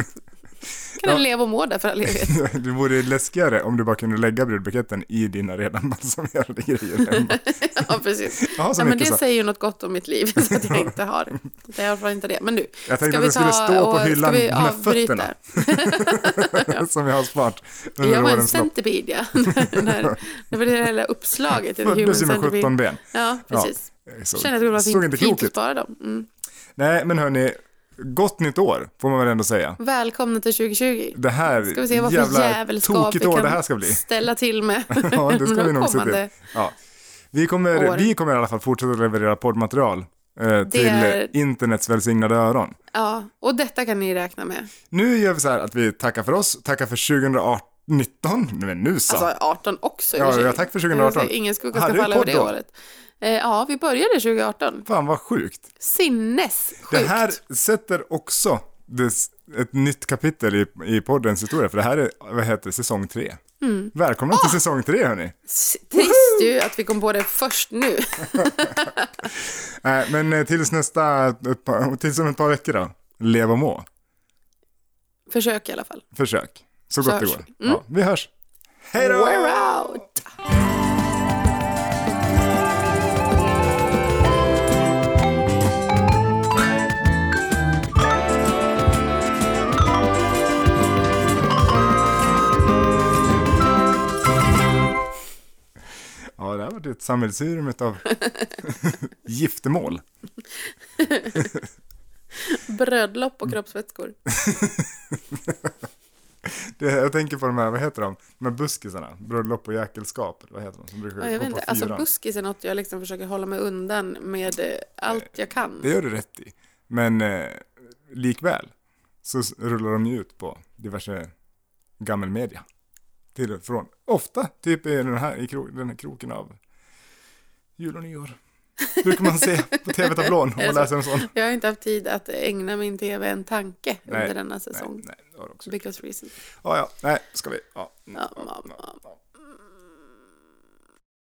Speaker 2: Kan
Speaker 1: Ja.
Speaker 2: den leva och må där för all evighet.
Speaker 1: Det vore läskigare om du bara kunde lägga brudbuketten i dina redan balsamerade grejer hemma.
Speaker 2: ja, precis.
Speaker 1: Jag har så
Speaker 2: Ja, men
Speaker 1: mycket
Speaker 2: det
Speaker 1: så.
Speaker 2: säger ju något gott om mitt liv, så att jag inte har det. Det är i alla fall inte det. Men du,
Speaker 1: Jag tänkte
Speaker 2: ska
Speaker 1: att
Speaker 2: vi
Speaker 1: det skulle
Speaker 2: ta
Speaker 1: stå på
Speaker 2: och- ska
Speaker 1: hyllan
Speaker 2: vi
Speaker 1: med
Speaker 2: avbryta?
Speaker 1: fötterna som jag har sparat under
Speaker 2: Jag var en
Speaker 1: årens lopp.
Speaker 2: centipede, ja. När- när- Det var det hela uppslaget. i The Human
Speaker 1: Föddes ju med
Speaker 2: Centipede.
Speaker 1: 17 ben.
Speaker 2: Ja, precis.
Speaker 1: Jag såg-
Speaker 2: Känner att det skulle vara
Speaker 1: såg inte
Speaker 2: fint,
Speaker 1: klok
Speaker 2: fint att
Speaker 1: ut.
Speaker 2: spara dem. Mm.
Speaker 1: Nej, men hörni, gott nytt år får man väl ändå säga.
Speaker 2: Välkomna till 2020.
Speaker 1: Det här
Speaker 2: Ska vi se vad för
Speaker 1: jävla
Speaker 2: jävelskap vi
Speaker 1: tokigt år
Speaker 2: kan
Speaker 1: det här ska bli.
Speaker 2: ställa till med
Speaker 1: Ja, det ska vi
Speaker 2: de
Speaker 1: nog se till.
Speaker 2: kommande
Speaker 1: Ja. Vi, kommer,
Speaker 2: åren.
Speaker 1: vi kommer i alla fall fortsätta leverera poddmaterial eh, till
Speaker 2: är-
Speaker 1: eh, internets välsignade öron.
Speaker 2: Ja, och detta kan ni räkna med.
Speaker 1: Nu gör vi så här att vi tackar för oss, tackar för 2019, Nej, men nu så.
Speaker 2: Alltså 18 också. i och
Speaker 1: Ja,
Speaker 2: för sig.
Speaker 1: ja, tack för 2018.
Speaker 2: Ingen skugga ska
Speaker 1: Hade du
Speaker 2: falla över
Speaker 1: podd
Speaker 2: det
Speaker 1: då?
Speaker 2: året. Eh, Ja, vi började 2018.
Speaker 1: Fan vad sjukt.
Speaker 2: Sinnessjukt.
Speaker 1: Det här sätter också des, ett nytt kapitel i, i poddens historia, för det här är, vad heter det, säsong tre. Mm. Välkomna till säsong tre hörni.
Speaker 2: S- Trist ju att vi kom på det först nu.
Speaker 1: Äh, men eh, tills nästa, ett par, tills om ett par veckor då, lev och må.
Speaker 2: Försök i alla fall.
Speaker 1: Försök, så gott det
Speaker 2: Hörs
Speaker 1: går. Ja, vi hörs. Hej då!
Speaker 2: Mm. We're out!
Speaker 1: Ja, det här var ett sammelsurium utav giftermål.
Speaker 2: Brödlopp
Speaker 1: Mm.
Speaker 2: och kroppsvätskor.
Speaker 1: Det, jag tänker på de här, vad heter de? De här buskisarna, bröllop och jäkelskap, eller vad heter de? Som brukar
Speaker 2: Ja, jag
Speaker 1: gå
Speaker 2: vet
Speaker 1: på
Speaker 2: inte, alltså
Speaker 1: fyran.
Speaker 2: buskis är något jag liksom försöker hålla mig undan med eh, allt jag kan.
Speaker 1: Det gör du rätt i. Men eh, likväl så s- rullar de ju ut på diverse gammelmedia. Till och från. Ofta typ i den här, i kro, den här kroken av jul och nyår. Brukar man se på tv-tablån om
Speaker 2: Är det
Speaker 1: man
Speaker 2: så?
Speaker 1: läser en sån.
Speaker 2: Jag har inte haft tid att ägna min tv en tanke
Speaker 1: Nej,
Speaker 2: under denna
Speaker 1: Nej,
Speaker 2: säsong.
Speaker 1: nej, det har du också.
Speaker 2: Because reason.
Speaker 1: Ja, ja, nej, ska vi. Ja,
Speaker 2: Ja, mamma.
Speaker 1: ja.